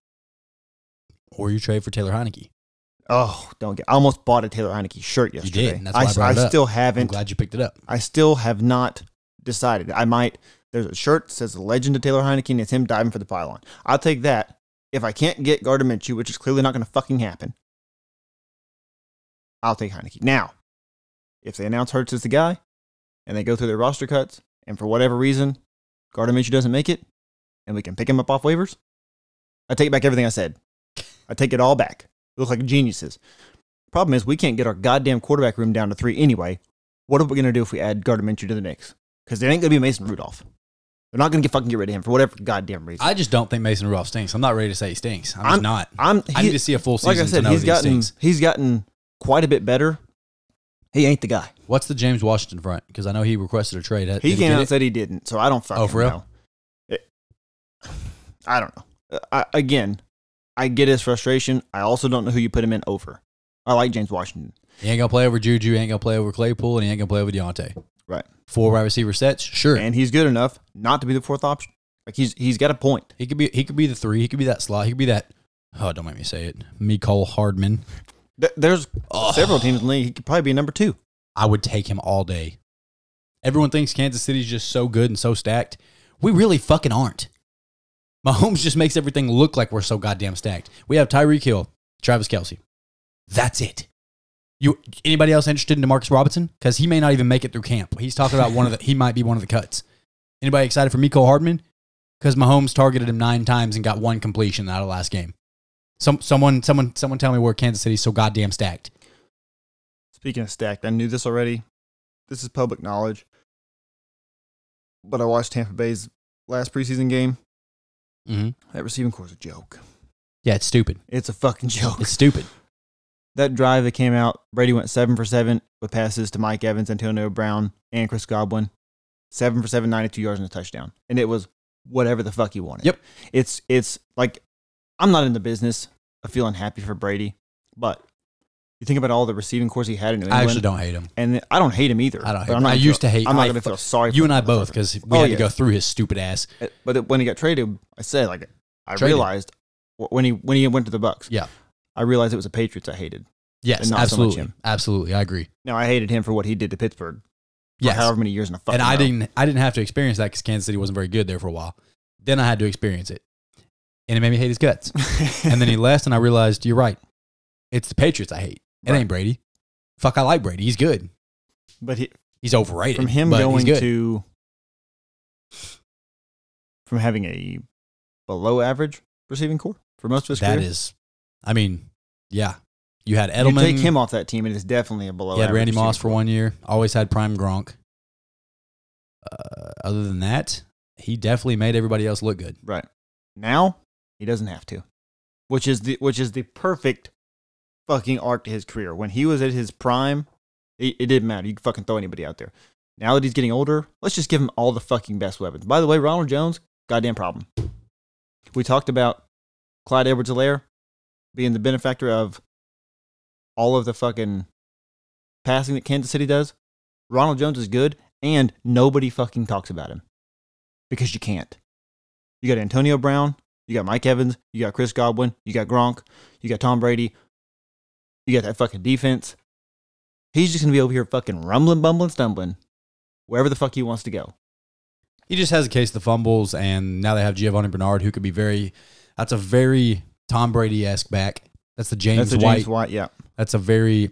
B: Or you trade for Taylor Heineke.
A: Oh, don't get. I almost bought a Taylor Heineke shirt
B: did,
A: yesterday.
B: and that's why I
A: s-
B: brought it up.
A: still
B: I'm
A: haven't.
B: glad you picked it up.
A: I still have not decided. I might. There's a shirt that says "The Legend of Taylor Heineke" and it's him diving for the pylon. I'll take that if I can't get Gardner Minshew, which is clearly not going to fucking happen. I'll take Heineke now. If they announce Hurts as the guy, and they go through their roster cuts, and for whatever reason, Gardner Minshew doesn't make it, and we can pick him up off waivers, I take back everything I said. I take it all back. We look like geniuses. Problem is, we can't get our goddamn quarterback room down to three anyway. What are we going to do if we add Gardner Minshew to the Knicks? Because it ain't going to be Mason Rudolph. They're not going to fucking get rid of him for whatever goddamn reason.
B: I just don't think Mason Rudolph stinks. I'm not ready to say he stinks. I'm,
A: I'm-
B: just not.
A: I'm,
B: I
A: he-
B: need to see a full season
A: like I
B: to
A: said,
B: know
A: he's
B: that he
A: gotten
B: stinks.
A: he's gotten quite a bit better. He ain't the guy.
B: What's the James Washington front? Because I know he requested a trade. Did
A: He came
B: get
A: out
B: it? Oh,
A: and said he didn't, so I don't fucking
B: for real?
A: know. It- I don't know. Uh, I, again, I get his frustration. I also don't know who you put him in over. I like James Washington.
B: He ain't gonna play over Juju. He ain't gonna play over Claypool, and he ain't gonna play over Deontay.
A: Right.
B: Four wide receiver sets. Sure.
A: And he's good enough not to be the fourth option. Like he's he's got a point.
B: he could be. He could be the three. He could be that slot. He could be that. Oh, don't make me say it. Mecole Hardman.
A: Th- There's
B: Oh.
A: several teams in the league. He could probably be number two.
B: I would take him all day. Everyone thinks Kansas City's just so good and so stacked. We really fucking aren't. Mahomes just makes everything look like we're so goddamn stacked. We have Tyreek Hill, Travis Kelsey. That's it. You anybody else interested in Demarcus Robinson? Because he may not even make it through camp. He's talking about one of the he might be one of the cuts. Anybody excited for Miko Hardman? Because Mahomes targeted him nine times and got one completion out of last game. Some someone someone someone tell me where Kansas City's so goddamn stacked.
A: Speaking of stacked, I knew this already. This is public knowledge. But I watched Tampa Bay's last preseason game.
B: Mm-hmm.
A: That receiving core's a joke.
B: Yeah, it's stupid.
A: It's a fucking joke.
B: It's stupid.
A: that drive that came out, Brady went seven for seven with passes to Mike Evans, Antonio Brown, and Chris Godwin. Seven for seven, 92 yards and a touchdown. And it was whatever the fuck you wanted.
B: Yep.
A: It's it's like I'm not in the business of feeling happy for Brady, but you think about all the receiving cores he had in New
B: I
A: England.
B: actually don't hate him.
A: And I don't hate him either.
B: I don't
A: but
B: hate
A: I'm
B: him.
A: not
B: I
A: gonna
B: used
A: feel-
B: to hate-
A: I'm not
B: I
A: going to
B: fu-
A: feel sorry for
B: You and I
A: the
B: both,
A: motherfucker.
B: because we
A: Oh,
B: had
A: yeah.
B: to go through his stupid ass.
A: But it- when he got traded, I said, like, I
B: Traded.
A: realized wh- when he, when he went to the Bucks,
B: Yeah.
A: I realized it was the Patriots I hated.
B: Yes,
A: And not so much
B: absolutely,
A: him.
B: absolutely, I agree.
A: Now, I hated him for what he did to Pittsburgh. for
B: Yes,
A: however many years in a fucking
B: and I
A: row.
B: didn't, I didn't have to experience that because Kansas City wasn't very good there for a while. Then I had to experience it, and it made me hate his guts. and then he left, and I realized you're right. It's the Patriots I hate. It
A: Right.
B: ain't Brady. Fuck, I like Brady. He's good.
A: but he,
B: He's overrated.
A: from him
B: but
A: going
B: he's good.
A: to from having a below average receiving core for most of his
B: that
A: career,
B: is, I mean, yeah. You had
A: you
B: Edelman.
A: take him off that team, and it's definitely a below.
B: He had
A: average
B: Randy
A: receiving
B: Moss for
A: core.
B: one year. Always had prime Gronk. Uh, other than that, he definitely made everybody else look good.
A: Right now, he doesn't have to, which is the which is the perfect fucking arc to his career. When he was at his prime, it, it didn't matter. You could fucking throw anybody out there. Now that he's getting older, let's just give him all the fucking best weapons. By the way, Ronald Jones, goddamn problem. We talked about Clyde Edwards Alaire being the benefactor of all of the fucking passing that Kansas City does. Ronald Jones is good, and nobody fucking talks about him because you can't. You got Antonio Brown, you got Mike Evans, you got Chris Godwin, you got Gronk, you got Tom Brady, you got that fucking defense. He's just gonna be over here fucking rumbling, bumbling, stumbling, wherever the fuck he wants to go.
B: He just has a case of the fumbles, and now they have Giovanni Bernard, who could be very. That's a very Tom Brady esque back. That's the James
A: That's a
B: White.
A: James White, yeah.
B: That's a very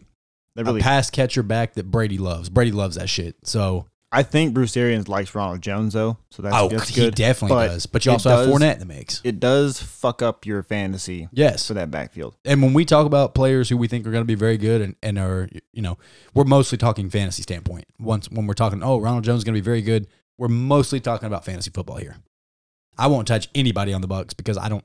A: That really
B: a pass catcher back that Brady loves. Brady loves that shit. So
A: I think Bruce Arians likes Ronald Jones though, so that's,
B: oh,
A: that's
B: he
A: good.
B: definitely
A: but
B: does. But you
A: it
B: also have
A: does-
B: Fournette in the mix.
A: It does fuck up your fantasy
B: Yes.
A: for that backfield.
B: and when we talk about players who we think are going to be very good and, and are you know we're mostly talking fantasy standpoint once when we're talking oh ronald jones is going to be very good we're mostly talking about fantasy football here i won't touch anybody on the bucks because i don't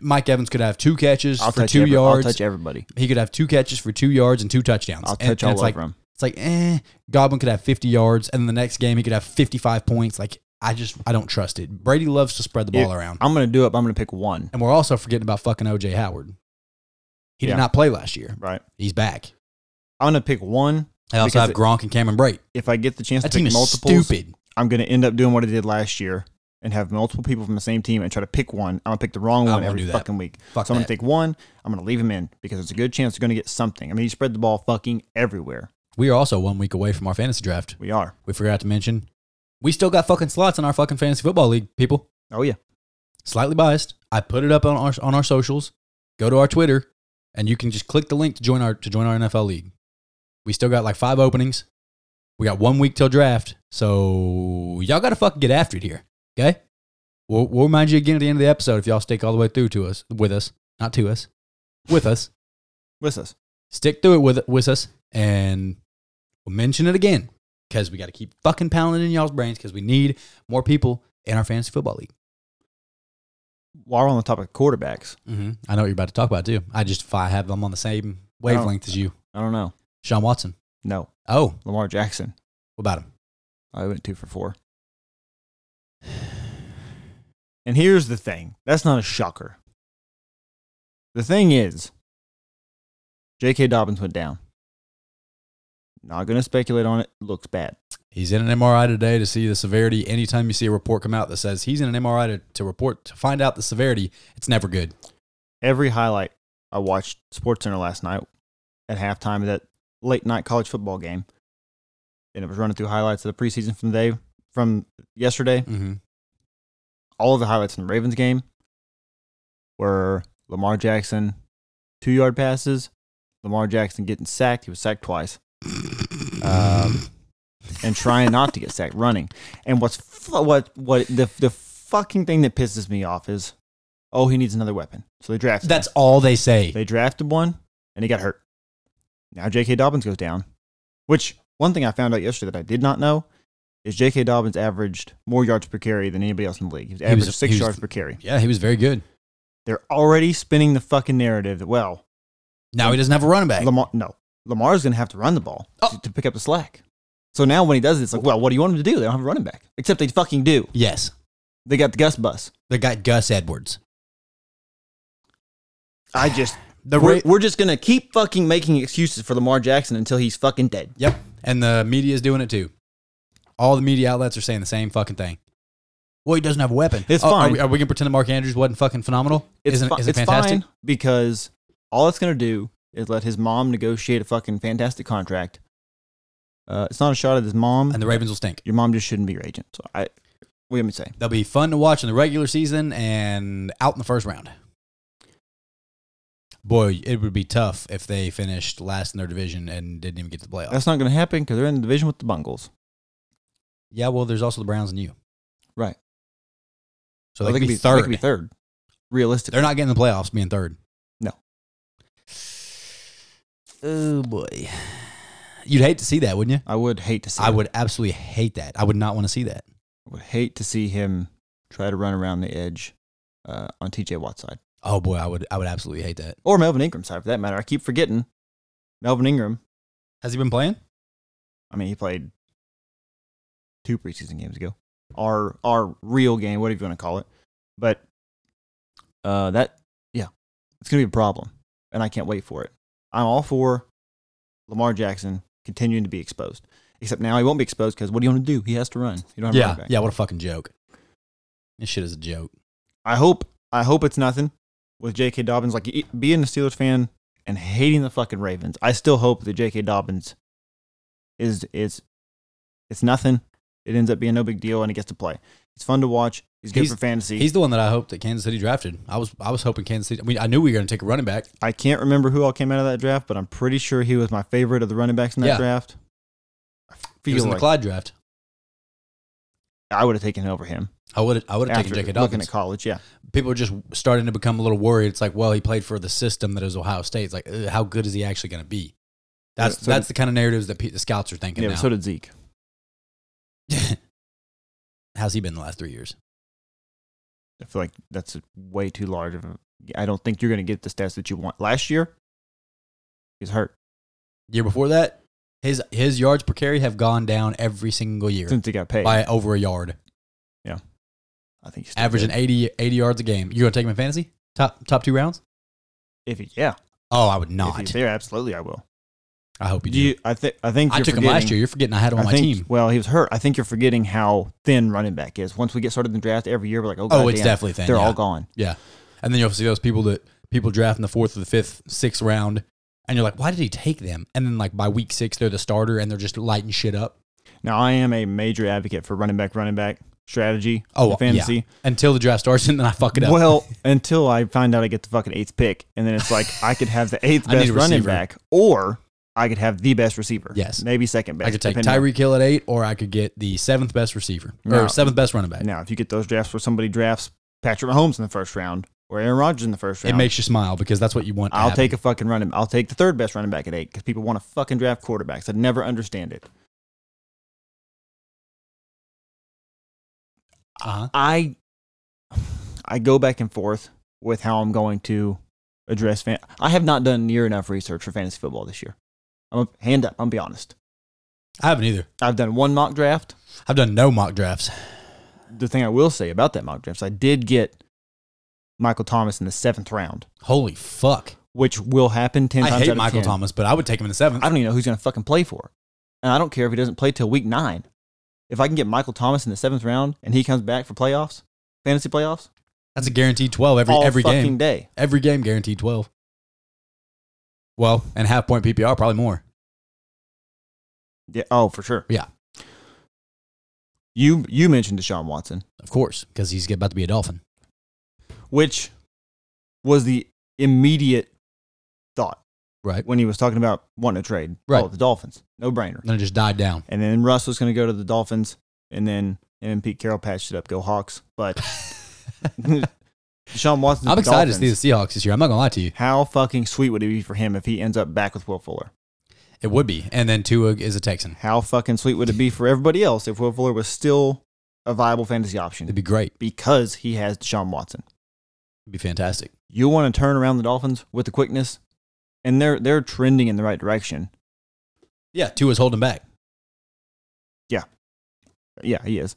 B: mike evans could have two catches
A: I'll
B: for
A: touch
B: two
A: every-
B: yards
A: I'll touch everybody.
B: he could have two catches for two yards and two touchdowns
A: I'll
B: and,
A: touch
B: and
A: all
B: it's
A: over
B: like
A: him.
B: it's like eh goblin could have 50 yards and then the next game he could have 55 points like i just i don't trust it brady loves to spread the ball
A: Yeah.
B: around
A: I'm gonna do it. But I'm gonna pick one.
B: and we're also forgetting about fucking OJ Howard. He
A: Yeah.
B: did not play last year.
A: Right.
B: He's back.
A: I'm gonna pick one.
B: I also
A: Because
B: have
A: it-
B: Gronk and Cameron Brake.
A: If I get the chance
B: That
A: to
B: team
A: pick
B: is
A: multiples,
B: stupid.
A: I'm gonna end up doing what I did last year and have multiple people from the same team and try to pick one. I'm gonna pick the wrong
B: I
A: one
B: won't
A: every
B: do that.
A: fucking week.
B: Fuck
A: so I'm
B: that.
A: gonna take one. I'm gonna leave him in because it's a good chance they're gonna get something. I mean, you spread the ball fucking everywhere.
B: We are also one week away from our fantasy draft.
A: We are.
B: We forgot to mention we still got fucking slots in our fucking fantasy football league, people.
A: Oh yeah.
B: Slightly biased. I put it up on our on our socials. Go to our Twitter, and you can just click the link to join our to join our NFL league. We still got like five openings. We got one week till draft, so y'all got to fucking get after it here. Okay, we'll, we'll remind you again at the end of the episode if y'all stick all the way through to us with us, not to us, with us.
A: With us.
B: Stick through it with with us, and we'll mention it again because we got to keep fucking pounding in y'all's brains because we need more people in our fantasy football league.
A: While we're on the topic of quarterbacks,
B: hmm I know what you're about to talk about too. I just if I have them on the same wavelength as you,
A: I don't know.
B: Sean Watson.
A: No,
B: Oh,
A: Lamar Jackson.
B: what about him?
A: I went two for four. And here's the thing. That's not a shocker. The thing is, J.K. Dobbins went down. Not going to speculate on it. Looks bad.
B: He's in an MRI today to see the severity. Anytime you see a report come out that says he's in an MRI to, to report to find out the severity, it's never good.
A: Every highlight I watched SportsCenter last night at halftime of that late night college football game, and it was running through highlights of the preseason from the day from yesterday.
B: Mm-hmm.
A: all of the highlights from the Ravens game were Lamar Jackson two yard passes, Lamar Jackson getting sacked. He was sacked twice Um, and trying not to get sacked running. And what's fu- what what the the fucking thing that pisses me off is, oh, he needs another weapon. So they drafted.
B: That's all they say.
A: him. they drafted one, and he got hurt. Now J.K. Dobbins goes down, which one thing I found out yesterday that I did not know. Is J.K. Dobbins averaged more yards per carry than anybody else in the league? He was
B: was-
A: averaged six
B: he was-
A: yards per carry.
B: Yeah, he was very good.
A: They're already spinning the fucking narrative that well,
B: Now he doesn't have a running back.
A: Lamar no, Lamar's going to have to run the ball
B: Oh.
A: to, to pick up the slack. So now when he does it, it's like, well, what do you want him to do? They don't have a running back, except they fucking do.
B: yes,
A: They got the Gus bus.
B: they got Gus Edwards.
A: I just
B: The
A: we're,
B: Ra-
A: we're just going to keep fucking making excuses for Lamar Jackson until he's fucking dead.
B: Yep. And the media is doing it too. All the media outlets are saying the same fucking thing. Well, he doesn't have a weapon.
A: It's
B: Oh, Are
A: fine.
B: we, are we going to pretend that Mark Andrews wasn't fucking phenomenal?
A: It's,
B: isn't
A: fi-
B: isn't
A: it's
B: fantastic?
A: fine because all it's going to do is let his mom negotiate a fucking fantastic contract. Uh, it's not a shot at his mom.
B: And the Ravens will stink.
A: Your mom just shouldn't be your agent. So I, what am I saying?
B: They'll be fun to watch in the regular season and out in the first round. Boy, it would be tough if they finished last in their division and didn't even get to the playoffs.
A: That's not going to happen because they're in the division with the Bungles.
B: yeah, well, there's also the Browns and you.
A: Right.
B: So
A: Well,
B: they, could be
A: They
B: third.
A: could be third. Realistically,
B: They're not getting the playoffs being third.
A: No.
B: Oh boy. You'd hate to see that, wouldn't you?
A: I would hate to see.
B: I
A: him-
B: would absolutely hate that. I would not want to see that.
A: I would hate to see him try to run around the edge uh, on T.J. Watt's side
B: Oh boy, I would I would absolutely hate that.
A: or Melvin Ingram's side, for that matter. I keep forgetting Melvin Ingram.
B: Has he been playing?
A: I mean, he played two preseason games ago. Our our real game, whatever you want to call it, but uh, that yeah, it's gonna be a problem, and I can't wait for it. I'm all for Lamar Jackson continuing to be exposed. Except now he won't be exposed because what do you want to do? He has to run. You don't have a running
B: Yeah.
A: back.
B: Yeah, what a fucking joke. This shit is a joke.
A: I hope I hope it's nothing with J.K. Dobbins. Like e- being a Steelers fan and hating the fucking Ravens, I still hope that J.K. Dobbins is is it's nothing. It ends up being no big deal, and he gets to play. He's fun to watch. He's good
B: He's-
A: for fantasy.
B: He's the one that I hoped that Kansas City drafted. I was I was hoping Kansas City I mean, I knew we were gonna take a running back.
A: I can't remember who all came out of that draft, but I'm pretty sure he was my favorite of the running backs in that
B: Yeah.
A: draft.
B: He was
A: feel
B: in
A: like
B: the Clyde draft.
A: I would have taken it over him.
B: I would I would have taken
A: After
B: J.K.
A: looking
B: Dobbins.
A: at college, yeah.
B: People are just starting to become a little worried. It's like, well, he played for the system that is Ohio State. It's like, ugh, how good is he actually going to be? That's
A: Yeah, so
B: that's the kind of narratives that pe- the scouts are thinking
A: Yeah,
B: now.
A: but so did Zeke.
B: How's he been the last three years?
A: I feel like that's way too large of a. I don't think you're going to get the stats that you want. Last year, he's hurt
B: Year before that, his his yards per carry have gone down every single year
A: since he got paid.
B: by over a yard,
A: I think he's still
B: averaging
A: good.
B: 80, 80 yards a game. You gonna take him in fantasy? Top top two rounds?
A: If he, yeah,
B: Oh, I would
A: if he's
B: not.
A: there, absolutely, I will.
B: I hope you
A: Do
B: do.
A: you, I think I think
B: I
A: you're
B: took him last
A: forgetting-
B: year. You're forgetting I had him on
A: I
B: my
A: think,
B: team.
A: Well, he was hurt. I think you're forgetting how thin running back is. Once we get started in the draft, every year we're like, oh,
B: Oh,
A: God
B: it's definitely thin.
A: they're
B: yeah.
A: all gone.
B: Yeah. And then you'll see those people that people draft in the fourth or the fifth, sixth round, and you're like, why did he take them? And then like by week six, they're the starter and they're just lighting shit up
A: Now, I am a major advocate for running back, running back strategy.
B: Oh,
A: in fantasy.
B: until the draft starts, and then I fuck it up.
A: Well, until I find out I get the fucking eighth pick, and then it's like I could have the eighth
B: I need
A: best
B: a
A: running
B: receiver.
A: back, or I could have the best receiver.
B: Yes.
A: maybe second best.
B: I could take
A: depending on-
B: Tyreek Hill at eight, or I could get the seventh best receiver
A: No.
B: or seventh best running back.
A: Now, if you get those drafts where somebody drafts Patrick Mahomes in the first round or Aaron Rodgers in the first
B: It
A: round,
B: makes you smile because that's what you want. to
A: I'll
B: happen.
A: take a fucking running. I'll take the third best running back at eight because people want to fucking draft quarterbacks. I never understand it.
B: Uh-huh.
A: I I go back and forth with how I'm going to address fan. I have not done near enough research for fantasy football this year. I'm a, hand up. I'm be honest.
B: I haven't either.
A: I've done one mock draft.
B: I've done no mock drafts.
A: The thing I will say about that mock draft is I did get Michael Thomas in the seventh round,
B: Holy fuck!
A: which will happen ten
B: I
A: times out
B: hate
A: of
B: Michael
A: 10.
B: Thomas, but I would take him in the seventh.
A: I don't even know who's going to fucking play for. And I don't care if he doesn't play till week nine. If I can get Michael Thomas in the seventh round and he comes back for playoffs, fantasy playoffs,
B: That's a guaranteed twelve every
A: all
B: every
A: fucking
B: game.
A: day.
B: Every game guaranteed twelve. Well, and half point PPR probably more.
A: Yeah. Oh, for sure.
B: Yeah.
A: You you mentioned Deshaun Watson,
B: Of course, because he's about to be a dolphin.
A: which was the immediate thought
B: Right.
A: when he was talking about wanting to trade.
B: Right.
A: Oh, the Dolphins, no brainer.
B: Then it just died down.
A: And then Russ was going to go to the Dolphins, and then him and Pete Carroll patched it up. Go Hawks! But Deshaun Watson.
B: I'm excited to see the Seahawks this year. I'm not gonna lie to you.
A: How fucking sweet would it be for him if he ends up back with Will Fuller?
B: It would be. And then Tua is a Texan.
A: How fucking sweet would it be for everybody else if Will Fuller was still a viable fantasy
B: It'd
A: option
B: be great.
A: because he has Deshaun Watson?
B: It'd be fantastic.
A: you want to turn around the Dolphins with the quickness, and they're they're trending in the right direction.
B: Yeah, Tua's holding back.
A: Yeah, he is.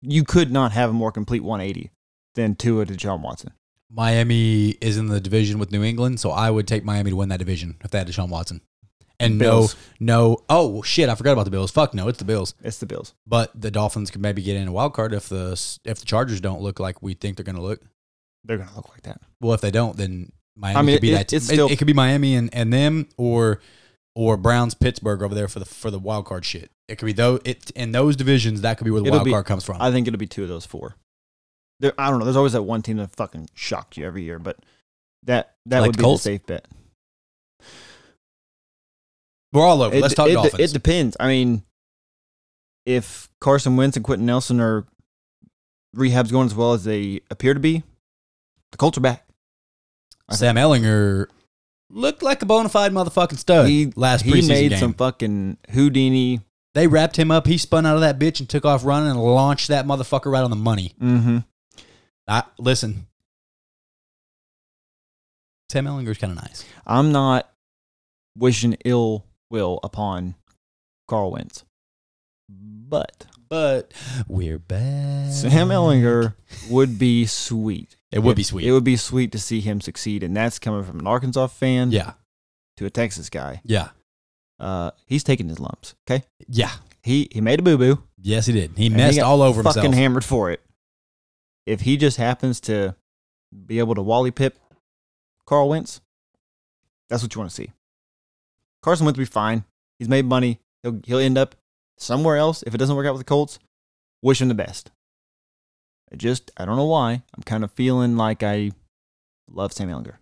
A: You could not have a more complete 180 than Tua to John Watson.
B: Miami is in the division with New England, so I would take Miami to win that division if they had Deshaun Watson. And
A: Bills.
B: no, no, oh shit, I forgot about the Bills. Fuck no, it's the Bills.
A: It's the Bills.
B: But the Dolphins could maybe get in a wild card if the if the Chargers don't look like we think they're going to look.
A: They're gonna look like that.
B: Well, if they don't, then Miami
A: I mean,
B: could be
A: it-
B: that.
A: it's
B: it,
A: still-
B: it could be Miami and, and them or or Browns Pittsburgh over there for the for the wild card shit. It could be though it in those divisions that could be where the
A: It'll
B: wild
A: be-
B: card comes from.
A: I think it'll be two of those four. There, I don't know. There's always that one team that fucking shocked you every year, but that that
B: Like
A: would
B: the
A: be
B: Colts?
A: the safe bet.
B: We're all over.
A: It-
B: Let's talk
A: it,
B: Dolphins.
A: It depends. I mean, if Carson Wentz and Quentin Nelson are rehabs going as well as they appear to be, the Colts are back. I
B: Sam Ellinger looked like a bona fide motherfucking stud last
A: he
B: preseason
A: made
B: game.
A: some fucking Houdini.
B: they wrapped him up. He spun out of that bitch and took off running and launched that motherfucker right on the money.
A: Mm-hmm.
B: I, listen, Sam Ellinger's kind of nice.
A: I'm not wishing ill will upon Carl Wentz, but
B: But we're back.
A: Sam Ellinger would be sweet.
B: Mm. It would be sweet.
A: It would be sweet to see him succeed, and that's coming from an Arkansas fan
B: yeah.
A: to a Texas guy.
B: Yeah.
A: Uh, he's taking his lumps. Okay,
B: Yeah.
A: he he made a boo boo.
B: Yes, he did. He
A: And he
B: messed
A: got
B: all over
A: fucking
B: himself.
A: hammered for it. If he just happens to be able to wally pip Carl Wentz, that's what you want to see. Carson Wentz will be fine. He's made money. He'll he'll end up somewhere else if it doesn't work out with the Colts. Wish him the best. I just I don't know why I'm kind of feeling like I love Sam Ellinger.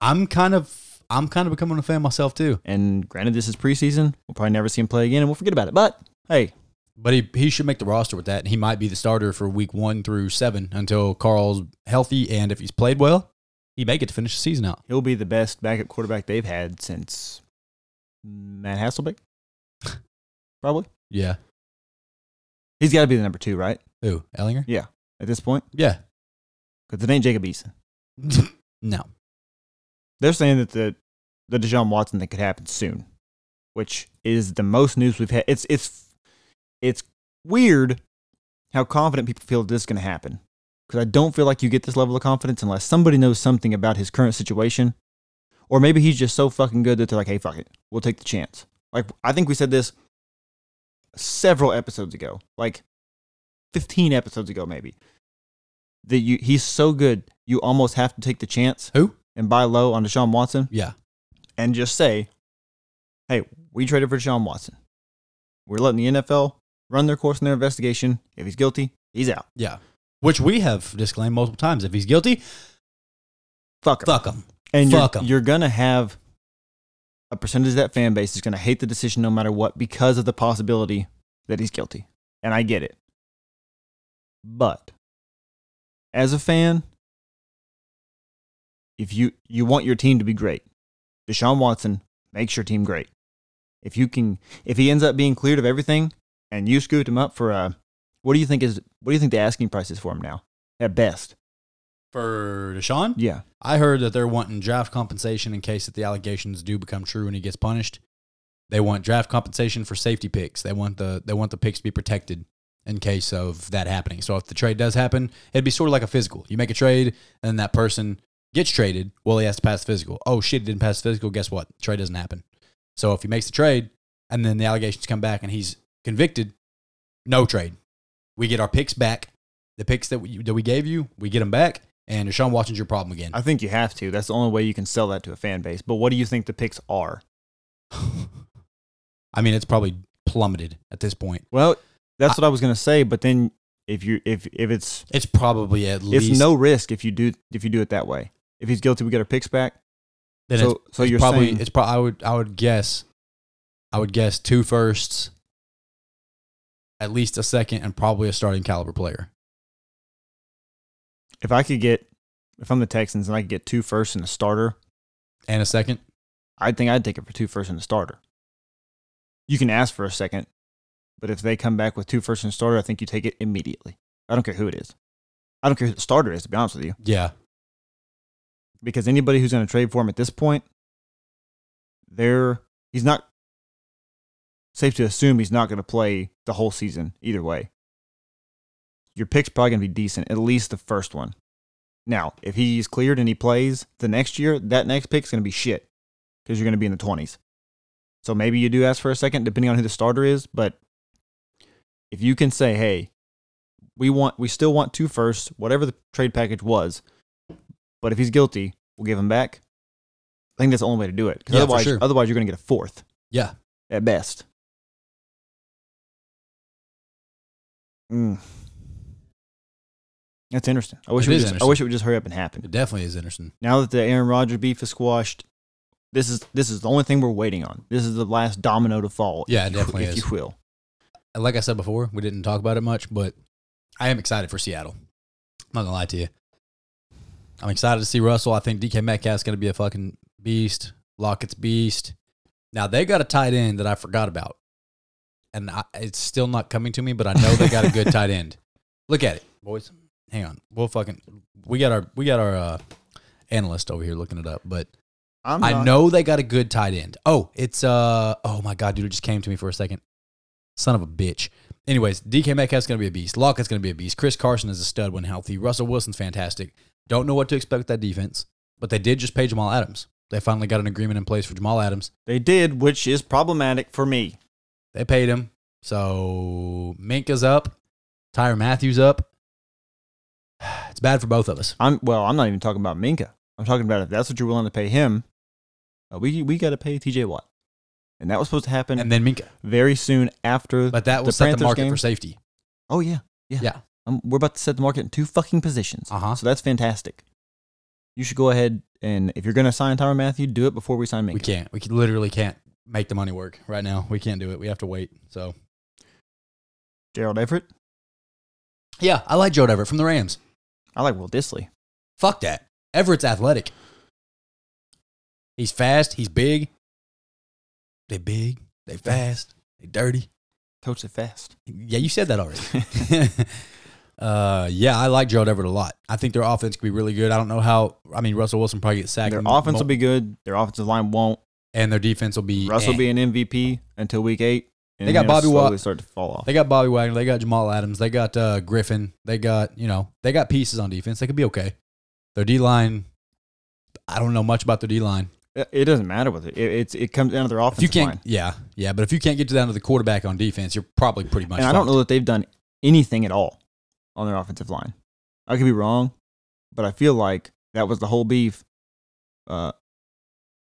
B: I'm kind of I'm kind of becoming a fan myself too.
A: And granted, this is preseason. We'll probably never see him play again, and we'll forget about it. But hey,
B: But he, he should make the roster with that. And he might be the starter for week one through seven until Carl's healthy. And if he's played well, he may get to finish the season out.
A: he'll be the best backup quarterback they've had since Matt Hasselbeck. probably.
B: Yeah.
A: He's got to be the number two, right?
B: Who? Ellinger?
A: At this point,
B: Yeah.
A: because it ain't Jacob Eason.
B: no.
A: They're saying that the the Deshaun Watson thing could happen soon, which is the most news we've had. It's it's it's weird how confident people feel this is going to happen. Because I don't feel like you get this level of confidence unless somebody knows something about his current situation, or maybe he's just so fucking good that they're like, "Hey, fuck it, we'll take the chance." Like I think we said this several episodes ago, like fifteen episodes ago, maybe. That you he's so good, you almost have to take the chance
B: Who?
A: and buy low on Deshaun Watson
B: Yeah.
A: and just say, hey, we traded for Deshaun Watson. We're letting the NFL run their course in their investigation. If he's guilty, he's out.
B: Yeah. Which we have disclaimed multiple times. If he's guilty,
A: Fuck him.
B: fuck him.
A: and
B: fuck
A: you're,
B: 'em.
A: you're going to have a percentage of that fan base is going to hate the decision no matter what because of the possibility that he's guilty. And I get it. But as a fan, if you, you want your team to be great, Deshaun Watson makes your team great. If you can, if he ends up being cleared of everything, and you scooped him up for a, what do you think is what do you think the asking price is for him now? At best,
B: For Deshaun,
A: yeah,
B: I heard that they're wanting draft compensation in case that the allegations do become true and he gets punished. They want draft compensation for safety picks. They want the they want the picks to be protected in case of that happening. So if the trade does happen, it'd be sort of like a physical. You make a trade and then that person gets traded. Well, he has to pass physical. Oh shit, he didn't pass physical. Guess what? Trade doesn't happen. So if he makes the trade and then the allegations come back and he's convicted, no trade. We get our picks back. The picks that we, that we gave you, we get them back. And Deshaun Watson's your problem again.
A: I think you have to. That's the only way you can sell that to a fan base. But what do you think the picks are?
B: I mean, it's probably plummeted at this point.
A: Well, that's what I was gonna say. But then if you if if it's
B: It's probably at least
A: it's no risk if you do if you do it that way. If he's guilty, we get our picks back.
B: Then
A: so
B: it's,
A: so
B: it's
A: you're
B: probably
A: saying
B: it's probably I would I would guess I would guess two firsts, at least a second, and probably a starting caliber player.
A: if I could get if I'm the Texans and I could get two firsts and a starter,
B: And a second,
A: I think I'd take it for two firsts and a starter. You can ask for a second, but if they come back with two firsts and a starter, I think you take it immediately. I don't care who it is. I don't care who the starter is, to be honest with you.
B: yeah,
A: because anybody who's going to trade for him at this point, they're he's not safe to assume he's not going to play the whole season either way. Your pick's probably going to be decent, at least the first one. Now, if he's cleared and he plays the next year, that next pick's going to be shit because you're going to be in the 20s. So maybe you do ask for a second, depending on who the starter is. But if you can say, hey, we want we still want two firsts, whatever the trade package was, but if he's guilty, we'll give him back. I think that's the only way to do it. 'Cause
B: Yeah, for
A: otherwise,
B: sure.
A: otherwise you're going to get a fourth
B: yeah.
A: at best. Mm. That's interesting. I wish it,
B: It
A: would
B: is
A: just, I
B: interesting.
A: wish it would just hurry up and happen.
B: It definitely is interesting.
A: Now that the Aaron Rodgers beef is squashed, this is this is the only thing we're waiting on. This is the last domino to fall.
B: Yeah,
A: if
B: it
A: you-
B: definitely
A: if
B: is.
A: you will.
B: Like I said before, we didn't talk about it much, but I am excited for Seattle. I'm not gonna lie to you. I'm excited to see Russell. I think DK Metcalf's gonna be a fucking beast. Lockett's beast. Now they got a tight end that I forgot about, and I, it's still not coming to me. But I know they got a good tight end. Look at it, boys. Hang on, we'll fucking we got our we got our uh, analyst over here looking it up. But
A: I'm
B: I
A: not-
B: know they got a good tight end. Oh, it's uh oh my god, dude, it just came to me for a second. Son of a bitch. Anyways, DK Metcalf's gonna be a beast. Lockett's gonna be a beast. Chris Carson is a stud when healthy. Russell Wilson's fantastic. Don't know what to expect with that defense, but they did just pay Jamal Adams. They finally got an agreement in place for Jamal Adams.
A: they did, which is problematic for me.
B: They paid him. So Minka's up. Tyron Matthews up. It's bad for both of us.
A: I'm well. I'm not even talking about Minka. I'm talking about if that's what you're willing to pay him. uh, we we got to pay T.J. Watt, and that was supposed to happen
B: And then Minka.
A: very soon after.
B: But that will
A: The
B: set
A: Panthers
B: the market
A: game?
B: for safety.
A: oh yeah, yeah.
B: Yeah.
A: Um, we're about to set the market in two fucking positions.
B: Uh huh.
A: So that's fantastic. You should go ahead And if you're gonna sign Tyron Matthew, do it before we sign
B: We
A: Minka.
B: can't. We c- literally can't make the money work right now. We can't do it. We have to wait. So
A: Gerald Everett.
B: yeah, I like Joe Everett from the Rams.
A: I like Will Disley.
B: Fuck that. Everett's athletic. He's fast. He's big. They big. They fast. They dirty.
A: Coach it fast.
B: Yeah, you said that already. uh, yeah, I like Joe Everett a lot. I think their offense could be really good. I don't know how. I mean, Russell Wilson probably gets sacked.
A: Their
B: m-
A: offense
B: mo-
A: will be good. Their offensive line won't.
B: and their defense will be.
A: Russ will
B: eh.
A: be an MVP until week eight. And
B: They got
A: then it'll
B: Bobby Wa-
A: slowly start to fall off.
B: They got Bobby Wagner. They got Jamal Adams. They got uh, Griffin. They got you know they got pieces on defense. They could be okay. Their D line, I don't know much about their D line.
A: It- It doesn't matter with it. It, it's, it comes down to their
B: If you
A: offensive
B: can't,
A: line.
B: yeah, yeah, but if you can't get down to the quarterback on defense, you're probably pretty much.
A: And I don't
B: fucked.
A: know that they've done anything at all on their offensive line. I could be wrong, but I feel like that was the whole beef. Uh,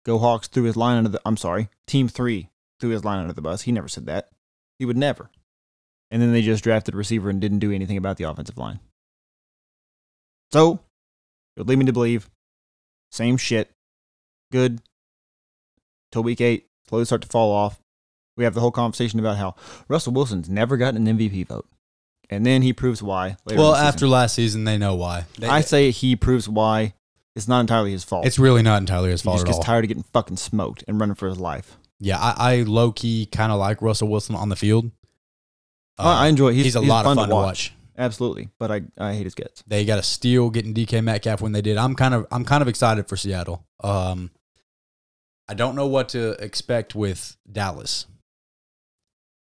A: Go Hawks threw his line under the. I'm sorry, Team Three threw his line under the bus. He never said that. He would never. And then they just drafted a receiver and didn't do anything about the offensive line. So it would lead me to believe same shit. Good till week eight. Slowly start to fall off. We have the whole conversation about how Russell Wilson's never gotten an MVP vote, and then he proves why. Later
B: Well,
A: in the
B: after
A: season.
B: last season, they know why. They-
A: I say he proves why it's not entirely his fault.
B: it's really not entirely his
A: he
B: fault
A: just
B: at
A: gets
B: all.
A: tired of getting fucking smoked and running for his life.
B: Yeah, I, I low key kind of like Russell Wilson on the field. Um,
A: I, I enjoy. He's,
B: Uh, he's, a lot
A: fun
B: of fun to watch.
A: Absolutely, but I, I hate his guts.
B: They got a steal getting DK Metcalf when they did. I'm kind of I'm kind of excited for Seattle. Um, I don't know what to expect with Dallas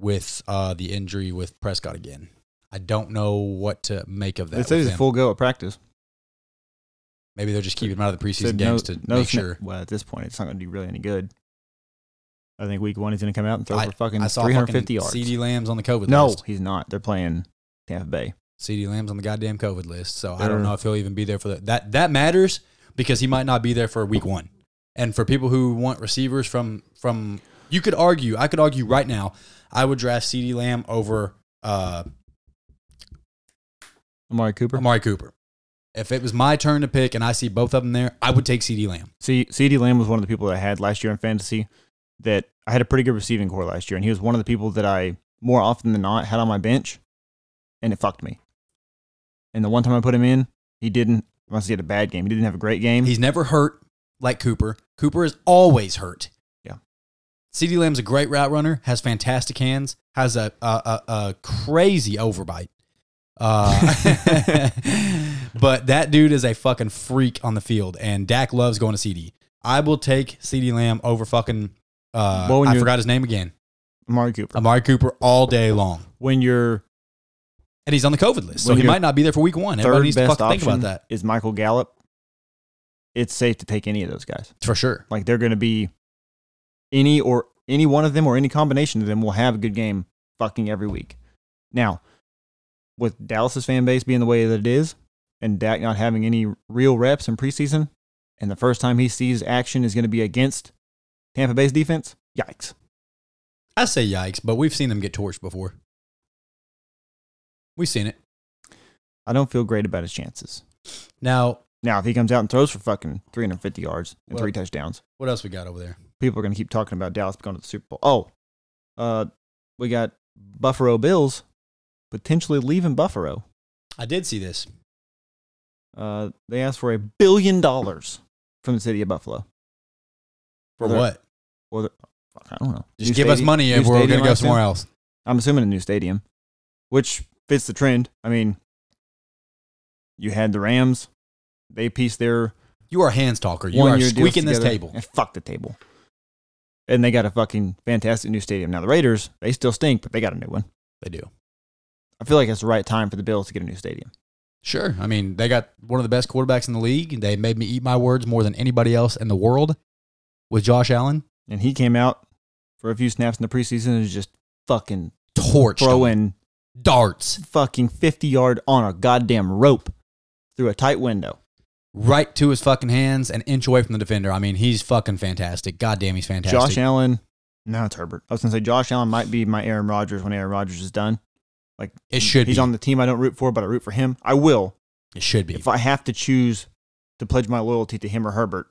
B: with uh, the injury with Prescott again. I don't know what to make of that.
A: They said
B: with
A: he's a
B: them.
A: full go at practice.
B: Maybe they're just keeping him out of the preseason
A: Said
B: games to
A: snap-
B: make sure.
A: Well, at this point, it's not going to do really any good. I think week one he's going to come out and throw
B: I-
A: for fucking
B: I saw
A: 350
B: fucking
A: yards.
B: CD Lamb's on the COVID
A: no,
B: list.
A: he's not. They're playing Tampa Bay.
B: CD Lamb's on the goddamn COVID list, so I
A: Sure.
B: don't know if he'll even be there for that. That that matters because he might not be there for week one. And for people who want receivers from from, you could argue, I could argue right now, I would draft CD Lamb over uh,
A: Amari Cooper.
B: Amari Cooper. If it was my turn to pick and I see both of them there, I would take CD Lamb.
A: See, CD Lamb was one of the people that I had last year in fantasy that I had a pretty good receiving core last year, and he was one of the people that I more often than not had on my bench, and it fucked me. And the one time I put him in, he didn't. Unless he had a bad game, he didn't have a great game.
B: He's never hurt like Cooper. Cooper is always hurt.
A: Yeah.
B: CD Lamb's a great route runner, has fantastic hands, has a a, a, a crazy overbite. Uh, but that dude is a fucking freak on the field, and Dak loves going to CD. I will take CD Lamb over fucking. Uh,
A: Well, when
B: I
A: you-
B: forgot his name again.
A: Amari Cooper.
B: Amari Cooper all day long,
A: when your
B: and he's on the COVID list, so
A: When
B: he
A: your
B: might not be there for week one. Everybody
A: third
B: needs to
A: best
B: fucking
A: option
B: think about that
A: is Michael Gallup, it's safe to take any of those guys.
B: for sure.
A: Like they're going to be any or any one of them or any combination of them will have a good game fucking every week. Now, with Dallas's fan base being the way that it is, and Dak not having any real reps in preseason, and the first time he sees action is going to be against Tampa Bay's defense. Yikes!
B: I say yikes, but we've seen him get torched before. We've seen it.
A: I don't feel great about his chances.
B: Now,
A: Now, if he comes out and throws for fucking 350 yards and three
B: Well-
A: touchdowns,
B: what else we got over there?
A: people are going to keep talking about Dallas going to the Super Bowl. Oh, uh, we got Buffalo Bills potentially leaving Buffalo.
B: I did see this.
A: Uh, they asked for a billion dollars from the city of Buffalo.
B: For
A: Well,
B: what?
A: Well, the- fuck, I don't know.
B: Just
A: New
B: give us
A: stadium-
B: money
A: new
B: if we're
A: stadium,
B: going to
A: I
B: go
A: assume?
B: somewhere else.
A: I'm assuming a new stadium, which fits the trend. I mean, you had the Rams. They pieced their
B: You are a hands talker. You are
A: one-year deals
B: squeaking this
A: together.
B: table.
A: And fuck the table. And they got a fucking fantastic new stadium. Now, the Raiders, they still stink, but they got a new one.
B: They do.
A: I feel like it's the right time for the Bills to get a new stadium.
B: Sure. I mean, they got one of the best quarterbacks in the league. They made me eat my words more than anybody else in the world with Josh Allen.
A: And he came out for a few snaps in the preseason and was just fucking
B: Torched. him.
A: throwing
B: darts
A: fucking 50 yard on a goddamn rope through a tight window.
B: right to his fucking hands, an inch away from the defender. I mean, he's fucking fantastic. God damn, he's fantastic.
A: Josh Allen, no, it's Herbert. I was gonna say Josh Allen might be my Aaron Rodgers when Aaron Rodgers is done. Like
B: It should
A: he's
B: be.
A: on the team I don't root for, but I root for him. I will
B: it should be.
A: if I have to choose to to pledge my loyalty to him or Herbert.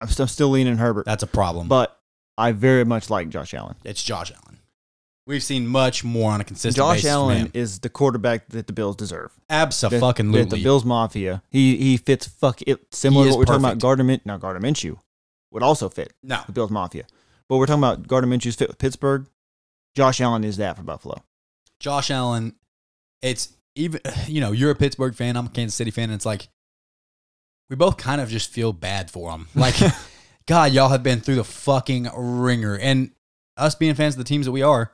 A: I'm, st- I'm still leaning Herbert,
B: That's a problem.
A: but I very much like Josh Allen.
B: it's Josh Allen. We've seen much more on a consistent
A: Josh
B: basis. from
A: Allen
B: him.
A: is the quarterback that the Bills deserve.
B: Absa
A: That-
B: fucking
A: that the
B: lootly.
A: Bills mafia. He he fits fuck it. Similar
B: He
A: to
B: is
A: what we're talking about.
B: perfect.
A: Gardner Min, not Gardner Minshew would also fit
B: no,
A: the Bills mafia, but we're talking about Gardner Minshew's fit with Pittsburgh. Josh Allen is that for Buffalo.
B: Josh Allen. It's even you know you're a Pittsburgh fan. I'm a Kansas City fan, and it's like we both kind of just feel bad for him. Like, God, y'all have been through the fucking ringer, and us being fans of the teams that we are,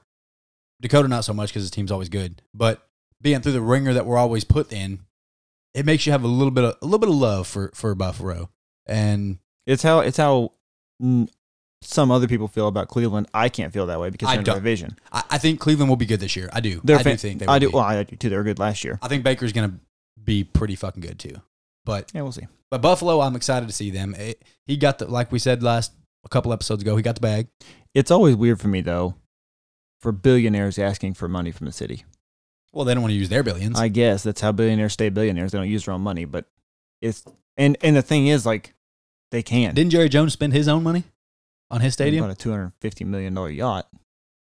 B: Dakota not so much because his team's always good, but being through the ringer that we're always put in, it makes you have a little bit of a little bit of love for for Buffalo, and
A: It's how it's how mm, some other people feel about Cleveland. I can't feel that way because
B: I
A: they're in the
B: don't.
A: division.
B: I, I think Cleveland will be good this year. I do.
A: They're
B: I
A: fan-
B: do think they. Will
A: I do.
B: Be.
A: Well, I do too. They were good last year.
B: I think Baker's gonna be pretty fucking good too, but.
A: Yeah, we'll see.
B: But Buffalo, I'm excited to see them. It- he got the like we said last a couple episodes ago. He got the bag.
A: It's always weird for me though, for billionaires asking for money from the city.
B: Well, they don't want to use their billions.
A: I guess that's how billionaires stay billionaires. They don't use their own money, but it's and and the thing is like they can.
B: Didn't Jerry Jones spend his own money on his stadium?
A: About a two hundred fifty million dollar yacht. to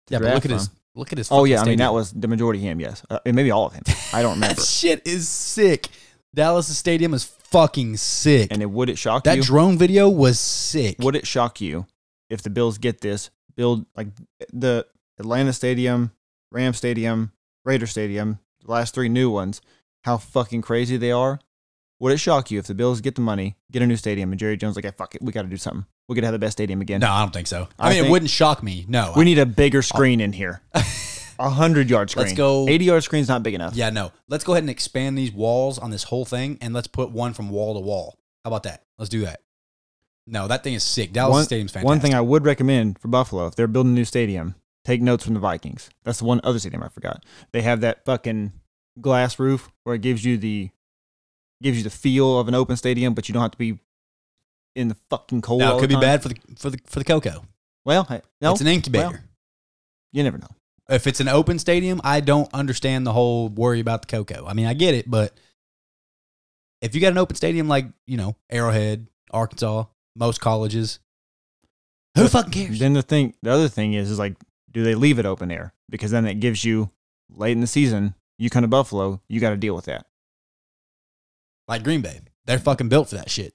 B: Yeah, but look
A: draft
B: at his
A: from.
B: look at his.
A: Oh yeah,
B: fucking
A: I mean
B: stadium.
A: that was the majority him. Yes, uh, and maybe all of him. I don't
B: that
A: remember.
B: shit is sick. Dallas' stadium is fucking sick.
A: and it, would it shock
B: that
A: you?
B: drone video was sick.
A: would it shock you if the Bills get this build like the Atlanta Stadium, Ram Stadium, Raider Stadium, the last three new ones? How fucking crazy they are! Would it shock you if the Bills get the money, get a new stadium, and Jerry Jones like, "Ah, fuck it, we got to do something. We got to have the best stadium again.
B: No, I don't think so. I,
A: I
B: mean, it
A: think-
B: wouldn't shock me. No,
A: We need a bigger screen in here. A hundred yard screen.
B: Let's go-
A: Eighty yard screen's not big enough.
B: yeah, no. Let's go ahead and expand these walls on this whole thing, and let's put one from wall to wall. How about that? Let's do that. No, that thing is sick. Dallas'
A: one,
B: stadium's fantastic.
A: one thing I would recommend for Buffalo, if they're building a new stadium, take notes from the Vikings. That's the one other stadium I forgot. They have that fucking glass roof where it gives you the gives you the feel of an open stadium, but you don't have to be in the fucking cold.
B: Now
A: all the
B: it could be
A: time.
B: bad for the for the for the cocoa.
A: Well, hey, no,
B: It's an incubator.
A: Well- you never know.
B: if it's an open stadium, I don't understand the whole worry about the cocoa. I mean, I get it, but if you got an open stadium like you know Arrowhead, Arkansas, most colleges, who
A: But
B: fucking cares?
A: Then the thing, the other thing is, is like, do they leave it open air? Because then it gives you late in the season, you come to Buffalo, you got to deal with that.
B: like Green Bay, they're fucking built for that shit.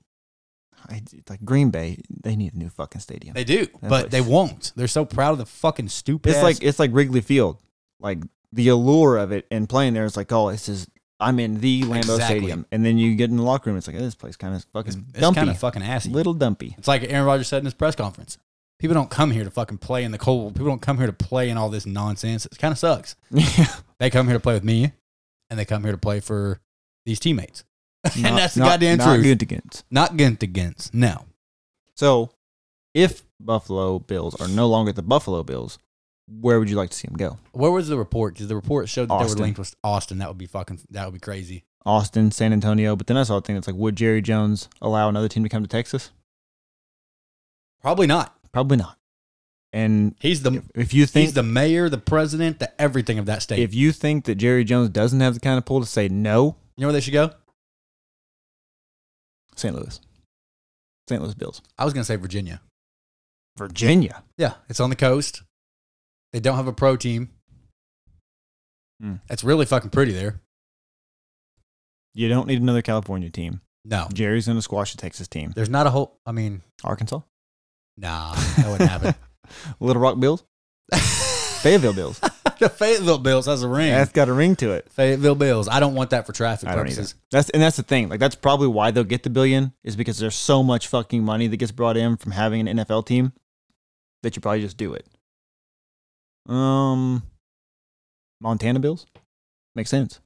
A: I, like Green Bay, they need a new fucking stadium.
B: They do,
A: That
B: but they
A: place-
B: won't. They're so proud of the fucking stupid.
A: It's
B: ass-
A: like it's like Wrigley Field. Like the allure of it and playing there is like, oh, this is I'm in the Lambeau
B: Exactly.
A: Stadium, and then you get in the locker room, it's like oh, this place kind of
B: it's,
A: fucking
B: it's
A: dumpy,
B: kind of fucking assy.
A: little dumpy.
B: It's like Aaron Rodgers said in his press conference. People don't come here to fucking play in the cold. People don't come here to play in all this nonsense. It kind of sucks. They come here to play with me, and they come here to play for these teammates. and that's the goddamn
A: not
B: truth.
A: good against.
B: Not against against. No.
A: So, if Buffalo Bills are no longer the Buffalo Bills, where would you like to see them go?
B: Where was the report? Because the report showed that they
A: Austin.
B: were linked with Austin. That would be fucking. That would be crazy.
A: Austin, San Antonio, but then I saw a thing that's like, would Jerry Jones allow another team to come to Texas?
B: Probably not.
A: Probably not. And
B: He's the
A: if, if you think
B: he's the mayor, the president, the everything of that state.
A: if you think that Jerry Jones doesn't have the kind of pull to say no,
B: you know where they should go?
A: St. Louis. St. Louis Bills.
B: I was gonna say Virginia.
A: Virginia.
B: Yeah, it's on the coast. They don't have a pro team.
A: Hmm.
B: It's really fucking pretty there.
A: You don't need another California team.
B: No,
A: Jerry's going to squash the Texas team.
B: there's not a whole. I mean,
A: Arkansas?
B: nah, that wouldn't happen.
A: Little Rock Bills? Fayetteville Bills.
B: the Fayetteville Bills has a ring.
A: That's got a ring to it.
B: Fayetteville Bills. I don't want that for traffic
A: I don't either.
B: purposes.
A: That's and that's the thing. Like that's probably why they'll get the billion is because there's so much fucking money that gets brought in from having an NFL team that you probably just do it. Um Montana Bills? Makes sense.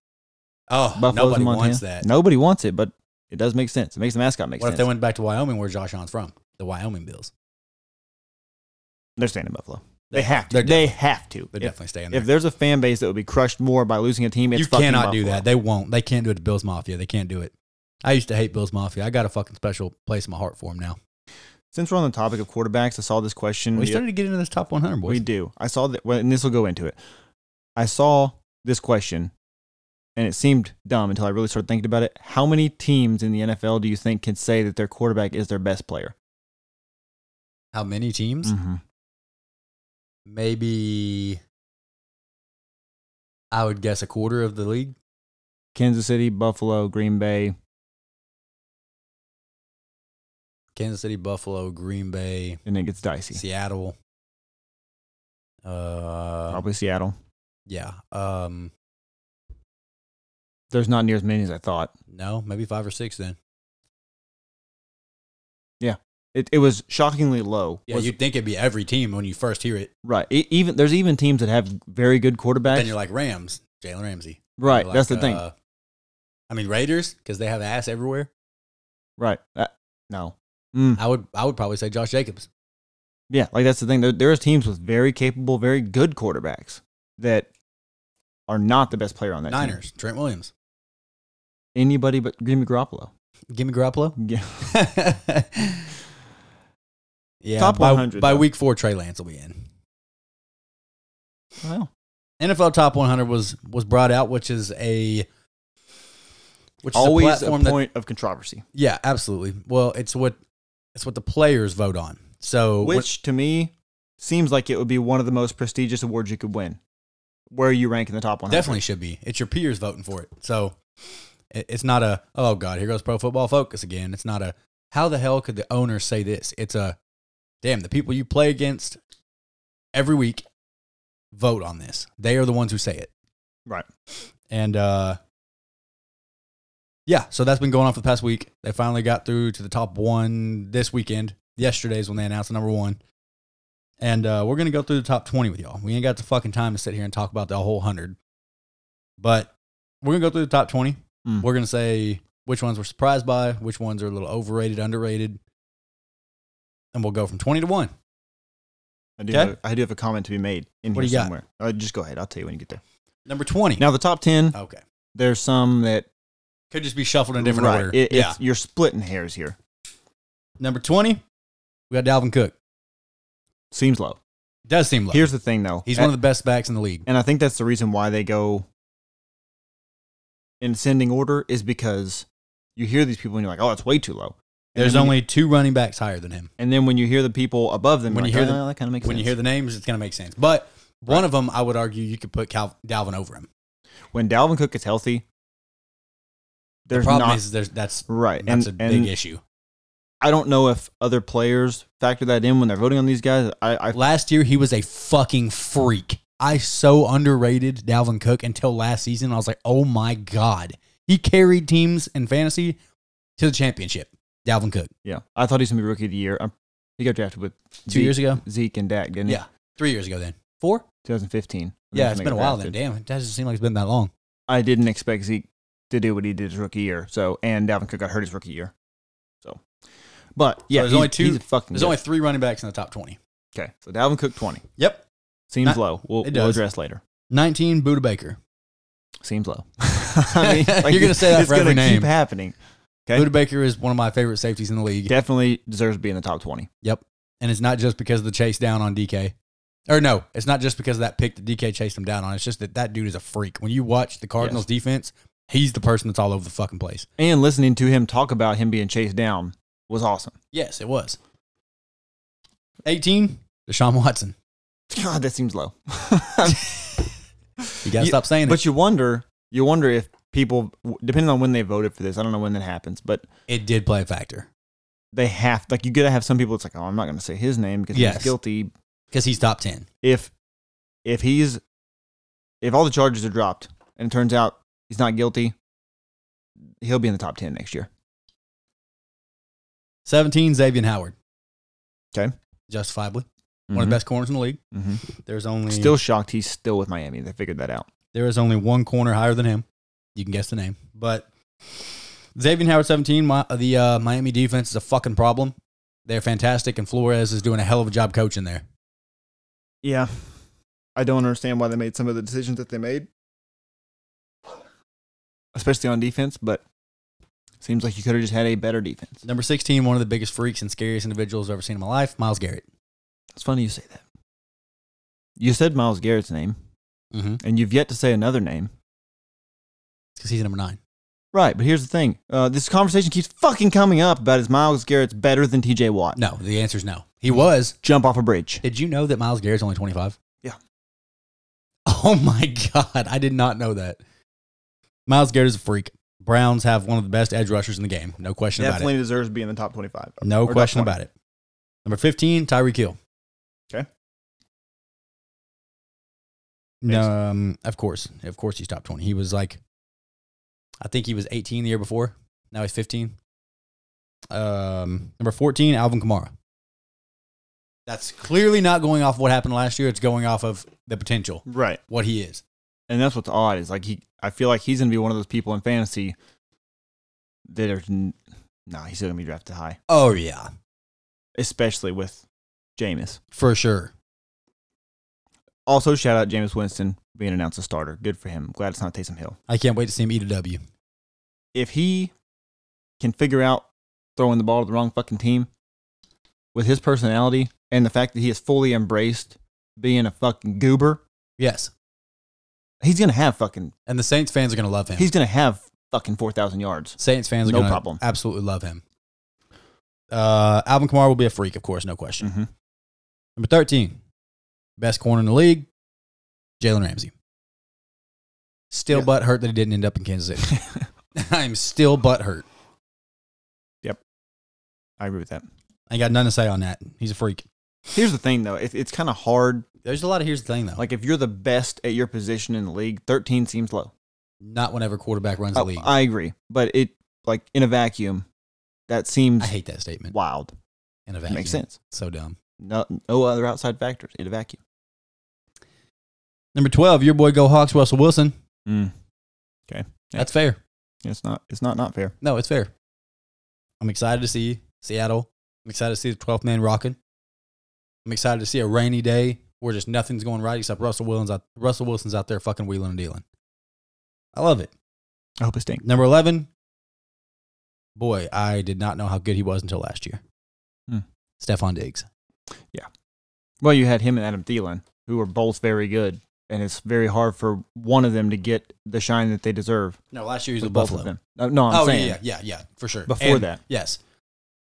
B: Oh,
A: Buffalo's
B: nobody
A: in Montana.
B: wants that.
A: Nobody wants it, but it does make sense. It makes the mascot make
B: What if
A: sense.
B: they went back to Wyoming, where Josh Allen's from? The Wyoming Bills.
A: They're staying in Buffalo.
B: They're-
A: They have to.
B: they're
A: They have to.
B: They're
A: If,
B: definitely staying there.
A: if there's a fan base that would be crushed more by losing a team, it's
B: you
A: fucking
B: cannot do
A: Buffalo.
B: that. They won't. They can't do it to Bills Mafia. They can't do it. I used to hate Bills Mafia. I got a fucking special place in my heart for them now.
A: Since we're on the topic of quarterbacks, I saw this question.
B: We
A: the-
B: started to get into this top 100, boys.
A: We do. I saw that, well, and this will go into it. I saw this question and it seemed dumb until I really started thinking about it. How many teams in the NFL do you think can say that their quarterback is their best player?
B: How many teams?
A: Mm-hmm.
B: Maybe I would guess a quarter of the league.
A: Kansas City, Buffalo, Green Bay.
B: Kansas City, Buffalo, Green Bay,
A: and it gets dicey.
B: Seattle. Uh,
A: Probably Seattle.
B: yeah. Um,
A: There's not near as many as I thought.
B: no, maybe five or six then.
A: It, it was shockingly low.
B: Yeah,
A: Was-
B: you'd think it'd be every team when you first hear it.
A: right. E- even there's even teams that have very good quarterbacks.
B: Then you're like Rams, Jalen Ramsey.
A: right.
B: You're
A: that's the
B: like,
A: thing.
B: uh, I mean Raiders because they have ass everywhere.
A: Right. Uh, no. Mm.
B: I would I would probably say Josh Jacobs.
A: Yeah. Like that's the thing. There, there's teams with very capable, very good quarterbacks that are not the best player on that team.
B: Niners, Trent Williams.
A: Anybody but Jimmy Garoppolo.
B: Gimme Garoppolo.
A: Yeah.
B: yeah,
A: Top
B: by,
A: 100,
B: by
A: though.
B: week four, Trey Lance will be in.
A: Well,
B: NFL Top 100 was was brought out, which is a which
A: always
B: is a
A: a,
B: platform that
A: point of controversy.
B: yeah, absolutely. Well, it's what it's what the players vote on. So when-
A: Which to me seems like it would be one of the most prestigious awards you could win. Where you rank in the top 100.
B: definitely should be. It's your peers voting for it. So it, it's not a oh god, here goes Pro Football Focus again. It's not a how the hell could the owner say this? It's a damn the people you play against every week vote on this. They are the ones who say it.
A: Right.
B: And uh yeah, so that's been going on for the past week. They finally got through to the top one this weekend. Yesterday's when they announced the number one. And uh, we're gonna go through the top twenty with y'all. We ain't got the fucking time to sit here and talk about the whole hundred. But we're gonna go through the top twenty.
A: Mm.
B: We're gonna say which ones we're surprised by, which ones are a little overrated, underrated, and we'll go from twenty to one.
A: I do.
B: Okay.
A: Have, I do have a comment to be made in
B: What do
A: here
B: you got?
A: somewhere. Uh, just go ahead. I'll tell you when you get there.
B: Number twenty.
A: Now the top ten.
B: okay,
A: There's some that
B: could just be shuffled in a different
A: right,
B: order.
A: it-
B: yeah.
A: it's- you're splitting hairs here.
B: Number twenty, we got Dalvin Cook.
A: Seems low.
B: Does seem low.
A: Here's the thing, though.
B: He's one of the best backs in the league.
A: and I think that's the reason why they go in ascending order is because you hear these people and you're like, oh, it's way too low. And
B: There's
A: then when
B: only two running backs higher than him.
A: you- and then when you hear the people above them, when
B: When you
A: you
B: hear
A: hear
B: the-
A: that kind of makes
B: When you
A: sense.
B: hear the names, it's going to make sense. But one of them, I would argue, you could put Cal- Dalvin over him.
A: when Dalvin Cook is healthy,
B: The
A: there's
B: problem
A: not
B: is there's, that's
A: right,
B: that's
A: and
B: a
A: and
B: big issue.
A: I don't know if other players factor that in when they're voting on these guys. I, I
B: Last year, he was a fucking freak. I so underrated Dalvin Cook until last season. I was like, oh my god, he carried teams in fantasy to the championship. Dalvin Cook,
A: yeah, I thought he's gonna be rookie of the year. i he got drafted with
B: two years ago,
A: Zeke and Dak, didn't he?
B: Yeah. three years ago, then four.
A: 2015.
B: Yeah,
A: That's
B: it's
A: when
B: been a
A: they got
B: while then.
A: drafted.
B: Damn, it doesn't seem like it's been that long.
A: I didn't expect Zeke to do what he did his rookie year. So, and Dalvin Cook got hurt his rookie year. So, but yeah,
B: there's
A: he's-
B: only two-
A: He's a fucking
B: There's
A: good.
B: only three running backs in the top twenty.
A: okay. So Dalvin Cook 20
B: Yep,
A: seems
B: Not-
A: low. We'll,
B: it
A: we'll
B: does.
A: address later.
B: 19, Buda Baker.
A: Seems low. I
B: You're gonna say that
A: it's
B: for
A: gonna
B: every name.
A: Keep happening. Okay.
B: Buda Baker is one of my favorite safeties in the league.
A: Definitely deserves to be in the top 20.
B: Yep. And it's not just because of the chase down on DK. Or no, it's not just because of that pick that DK chased him down on. It's just that that dude is a freak. When you watch the Cardinals defense, he's the person that's all over the fucking place.
A: And listening to him talk about him being chased down was awesome.
B: Yes, it was. 18, Deshaun Watson.
A: God, that seems low.
B: You got to
A: Yeah,
B: stop saying
A: but you wonder, you wonder if people, depending on when they voted for this, I don't know when that happens, but
B: it. It did play a factor
A: they have like you gotta have some people it's like oh i'm not gonna say his name because
B: Yes.
A: he's guilty
B: because he's top 10.
A: if if he's if all the charges are dropped and it turns out he's not guilty he'll be in the top 10 next year
B: 17, Xavier Howard.
A: Okay.
B: Justifiably.
A: Mm-hmm.
B: One of the best corners in the league.
A: hmm
B: There's only
A: still shocked he's still with miami they figured that out
B: There is only one corner higher than him. You can guess the name, but Xavier Howard, seventeen. My, the uh, Miami defense is a fucking problem. They're fantastic, and Flores is doing a hell of a job coaching there.
A: yeah i don't understand why they made some of the decisions that they made especially on defense but seems like you could have just had a better defense
B: Number sixteen, one of the biggest freaks and scariest individuals I've ever seen in my life, Miles Garrett.
A: it's funny you say that you said miles garrett's name
B: Mm-hmm.
A: and you've yet to say another name
B: because he's number nine.
A: Right, but here's the thing. Uh, this conversation keeps fucking coming up about is Miles Garrett's better than TJ Watt.
B: No, the answer's no. He was.
A: Jump off a bridge.
B: Did you know that Miles Garrett's only 25?
A: Yeah.
B: Oh my God. I did not know that. Miles Garrett is a freak. Browns have one of the best edge rushers in the game. No question about it.
A: Definitely deserves to be in the top 25.
B: No
A: Or top
B: question
A: 20.
B: about it. Number 15, Tyreek Hill.
A: Okay.
B: No, um, of course. Of course he's top 20. He was like, I think he was 18 the year before. Now he's 15. Um, number 14, Alvin Kamara. That's clearly not going off what happened last year. It's going off of the potential,
A: Right.
B: what he is.
A: And that's what's odd is like he I feel like he's going to be one of those people in fantasy that are n- nah, he's still going to be drafted high,
B: Oh, yeah.
A: especially with Jameis.
B: For sure.
A: Also, shout out Jameis Winston being announced a starter. Good for him. Glad it's not Taysom Hill.
B: I can't wait to see him eat a W.
A: If he can figure out throwing the ball to the wrong fucking team with his personality and the fact that he has fully embraced being a fucking goober,
B: Yes.
A: he's going to have fucking
B: And the Saints fans are going to love him.
A: he's going to have fucking 4,000 yards.
B: Saints fans are
A: No
B: going to
A: problem.
B: absolutely love him. Uh, Alvin Kamara will be a freak, of course, no question.
A: Mhm.
B: Number 13, best corner in the league, Jalen Ramsey. Still
A: Yeah.
B: butt hurt that he didn't end up in Kansas City. I'm still butt hurt.
A: I agree with that.
B: I got nothing to say on that. He's a freak.
A: Here's the thing, though. It, it's kind of hard.
B: There's a lot of here's the thing, though. Like,
A: Like, if you're the best at your position in the league, 13 seems low.
B: not whenever quarterback runs the
A: Oh,
B: league. I,
A: I agree. But it, like, in a vacuum, that seems
B: hate that statement.
A: wild.
B: In a
A: It
B: vacuum.
A: makes sense.
B: So dumb.
A: No, no other outside factors in a vacuum.
B: Number 12, your boy Go Hawks, Russell Wilson.
A: Mm.
B: That's fair.
A: It's not. It's not not fair.
B: No, it's fair. I'm excited to see Seattle. I'm excited to see the 12th man rocking. I'm excited to see a rainy day where just nothing's going right except Russell Wilson's out, Russell Wilson's out there fucking wheeling and dealing. I love it.
A: I hope it stinks.
B: Number 11. Boy, I did not know how good he was until last year.
A: Hmm.
B: Stefan Diggs.
A: Well, you had him and Adam Thielen, who were both very good, and it's very hard for one of them to get the shine that they deserve.
B: No, last year he was
A: with
B: with
A: both
B: Buffalo.
A: of them. No, no, I'm
B: oh,
A: saying
B: yeah, yeah, yeah, yeah, for sure.
A: before
B: And-
A: that,
B: Yes.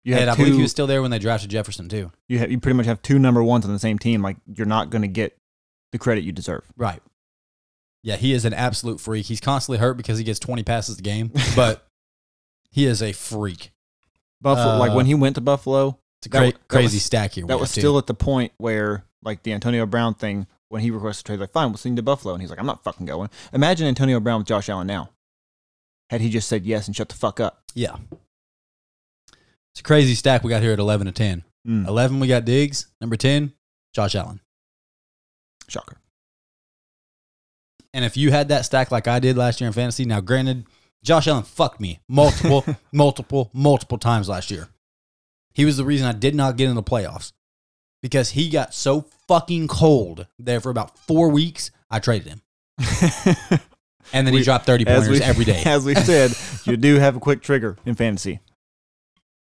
A: you
B: and
A: had
B: I believe
A: two.
B: he was still there when they drafted Jefferson, too.
A: you have you pretty much have two number ones on the same team. Like you're not going to get the credit you deserve.
B: Right. Yeah, he is an absolute freak. He's constantly hurt because he gets 20 passes a game, but he is a freak.
A: Buffalo, like
B: Uh,
A: when he went to Buffalo,
B: It's a
A: That
B: cra-
A: wa- that
B: crazy
A: was-
B: stack here. we
A: that was
B: have, too.
A: still at the point where like the Antonio Brown thing. When he requested a trade, like fine, we'll send you to Buffalo, and he's like, I'm not fucking going. Imagine Antonio Brown with Josh Allen now. Had he just said yes and shut the fuck up.
B: Yeah. It's a crazy stack we got here at 11 to 10.
A: Mm.
B: 11, we got Diggs. Number 10, Josh Allen.
A: Shocker.
B: And if you had that stack like I did last year in fantasy, now granted, Josh Allen fucked me multiple, multiple, multiple times last year. He was the reason I did not get in the playoffs because he got so fucking cold there for about four weeks. I traded him. And then he
A: We-
B: dropped 30 pointers every day.
A: As we said, you do have a quick trigger in fantasy.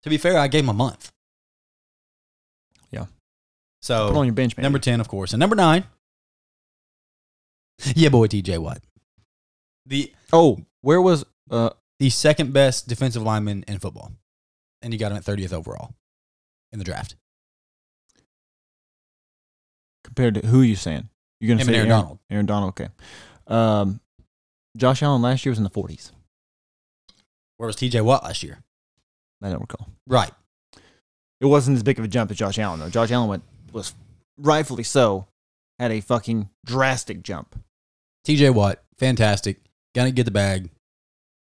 B: to be fair, I gave him a month.
A: Yeah. Put on
B: So,
A: your bench, man.
B: Oh. number 10, of course. And number nine, yeah, boy, TJ Watt. The,
A: oh, where was uh
B: the second best defensive lineman in football. And you got him at 30th overall in the draft.
A: compared to who are you saying? You're gonna
B: Him
A: say
B: and Aaron Donald.
A: Aaron Donald, okay. Um, Josh Allen last year was in the 40s.
B: Where was TJ Watt last year?
A: I don't recall.
B: Right.
A: It wasn't as big of a jump as Josh Allen though. Josh Allen went was rightfully so had a fucking drastic jump.
B: TJ Watt, fantastic. Gonna get the bag.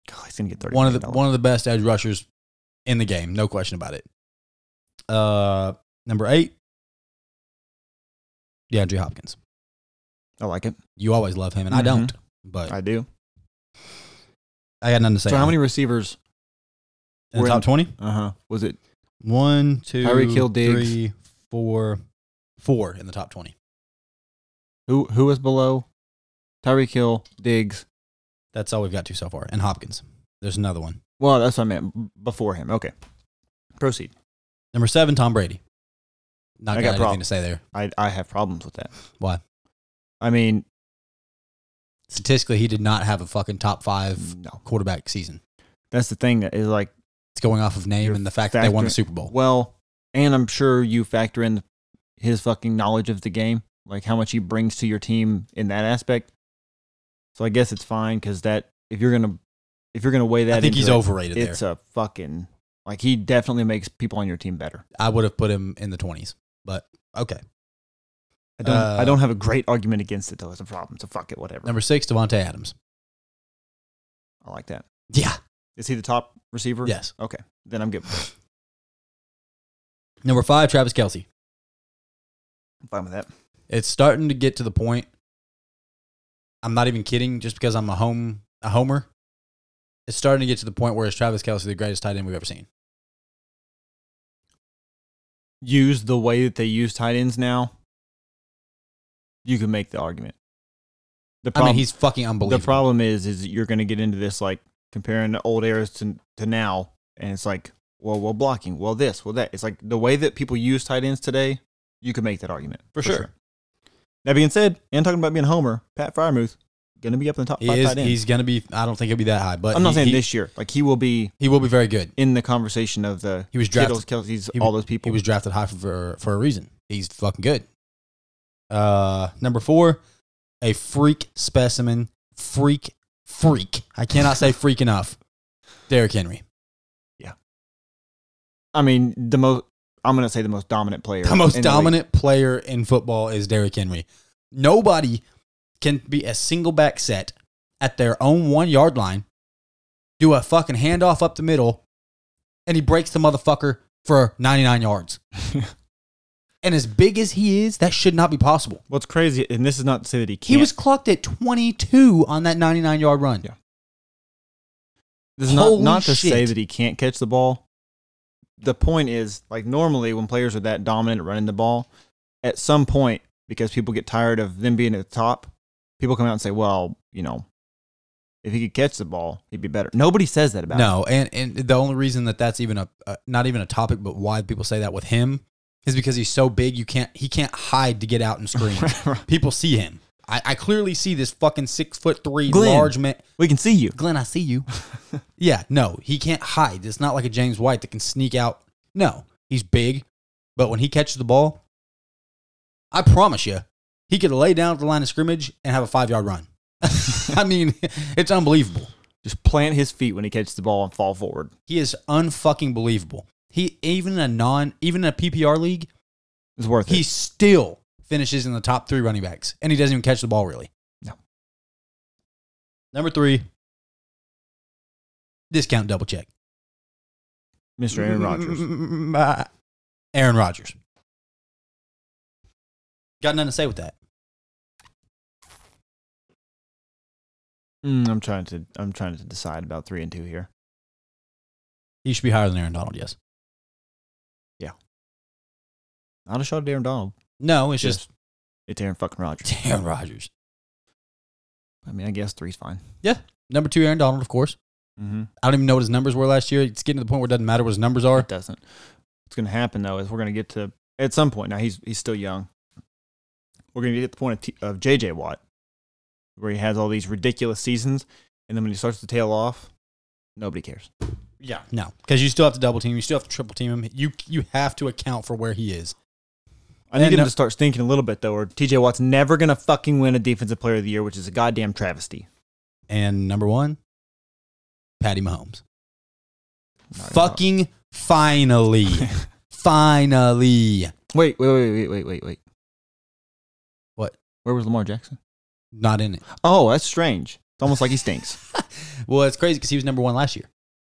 A: God, he's gonna get 30.
B: One of the
A: million dollars.
B: one of the best edge rushers in the game, no question about it. Uh number eight. DeAndre Hopkins.
A: I like it.
B: You always love him, and I
A: Mhm.
B: don't. But I,
A: I do.
B: got nothing to say.
A: So how
B: on
A: many
B: it.
A: receivers?
B: in the
A: we're
B: top
A: in-
B: twenty?
A: Uh huh. Was it
B: One, two,
A: Tyreek Hill, Diggs.
B: three, four, four in the top twenty.
A: who who was below? Tyreek Hill, Diggs.
B: That's all we've got to so far. And Hopkins. There's another one.
A: Well, that's what I meant b- before him. Okay. Proceed.
B: Number seven, Tom Brady. Not
A: I
B: got,
A: got
B: anything
A: prob-
B: to say there.
A: I I have problems with that.
B: Why?
A: I mean,
B: Statistically, he did not have a fucking top five
A: No,
B: quarterback season.
A: that's the thing. That is like,
B: It's going off of name
A: You're
B: and the fact that they won the
A: factoring-
B: Super Bowl.
A: well, and I'm sure you factor in his fucking knowledge of the game, like how much he brings to your team in that aspect. So I guess it's fine because that if you're gonna if you're gonna weigh that,
B: I think
A: into
B: he's
A: it,
B: overrated there.
A: It's a fucking like he definitely makes people on your team better.
B: I would have put him in the 20s, but okay.
A: I don't.
B: Uh,
A: I don't have a great argument against it though. It's a problem. So fuck it. Whatever.
B: Number six, Devontae Adams.
A: I like that.
B: Yeah.
A: Is he the top receiver?
B: Yes.
A: Then I'm good.
B: Number five, Travis Kelsey.
A: I'm fine with that.
B: it's starting to get to the point. I'm not even kidding. Just because I'm a home a homer, it's starting to get to the point where is Travis Kelsey the greatest tight end we've ever seen?
A: Use the way that they use tight ends now. You can make the argument. The
B: I
A: problem.
B: mean, he's fucking
A: the
B: unbelievable.
A: problem is is you're going to get into this like comparing the old eras to to now, and it's like well, well, blocking, well, this, well, that. It's like the way that people use tight ends today. You can make that argument
B: For sure.
A: That being said, and talking about being a homer, Pat Fryermuth going to be up in the top
B: he
A: five
B: is.
A: tight ends.
B: He's gonna be. I don't think he'll be that high, but
A: I'm not
B: he,
A: saying
B: he,
A: this year. Like he will be
B: He will be very good.
A: in the conversation of the
B: He was
A: Kittles,
B: drafted.
A: Kelsey's,
B: he-
A: all those people.
B: He was drafted high for for a reason. He's fucking good. Uh, number four, a freak specimen, freak, freak. I cannot say freak enough. Derrick Henry,
A: I mean, the most. I'm gonna say the most dominant player.
B: The most
A: in league.
B: dominant player in football is Derrick Henry. Nobody can be a single back set at their own one yard line, do a fucking handoff up the middle, and he breaks the motherfucker for 99 yards. and as big as he is, that should not be possible.
A: What's crazy, and this is not to say that he
B: He
A: can't.
B: was clocked at 22 on that 99 yard run.
A: Yeah. This is not
B: holy
A: not to
B: shit.
A: say that he can't catch the ball. The point is, like normally when players are that dominant at running the ball, at some point because people get tired of them being at the top, people come out and say, "Well, you know, if he could catch the ball, he'd be better." Nobody says that about. him.
B: No, and, and the only reason that that's even a uh, not even a topic, but why people say that with him is because he's so big you can't he can't hide to get out and scream. people see him. I, I clearly see this fucking six foot three
A: Glenn.
B: large man.
A: we can see you.
B: Glenn, I see you. yeah, no, he can't hide. It's not like a James White that can sneak out. No, he's big, but when he catches the ball, I promise you, he could lay down at the line of scrimmage and have a five yard run. I mean, it's unbelievable.
A: Just plant his feet when he catches the ball and fall forward.
B: He is unfucking believable. He even in a non even in a PPR league,
A: It's worth
B: he
A: it.
B: still finishes in the top three running backs, and he doesn't even catch the ball really.
A: No.
B: Number three, discount double check.
A: Mr. Aaron Rodgers.
B: Aaron Rodgers. Got nothing to say with that.
A: Mm, I'm trying to I'm trying to decide about three and two here.
B: He should be higher than Aaron Donald. Yes.
A: Not a shot at Aaron Donald.
B: No, it's
A: Just- It's Aaron fucking Rodgers.
B: just Aaron Rodgers.
A: I mean, I guess three's fine.
B: Number two, Aaron Donald, of course.
A: Mm-hmm.
B: I don't even know what his numbers were last year. It's getting to the point where it doesn't matter what his numbers are.
A: It doesn't. What's going to happen though is we're going to get to at some point. Now he's he's still young. We're going to get to the point of, T, of JJ Watt, where he has all these ridiculous seasons, and then when he starts to tail off, nobody cares.
B: Yeah. No, because you still have to double team. You still have to triple team him. You you have to account for where he is.
A: I need
B: And
A: him
B: no-
A: to start stinking a little bit though, or TJ Watt's never going to fucking win a Defensive Player of the Year, which is a goddamn travesty.
B: And number one, Patty Mahomes.
A: Not
B: Fucking finally. finally.
A: Wait, wait, wait, wait, wait, wait, wait.
B: What?
A: Where was Lamar Jackson?
B: Not in it.
A: Oh, that's strange. It's almost like he stinks.
B: Well, it's crazy because he was number one last year.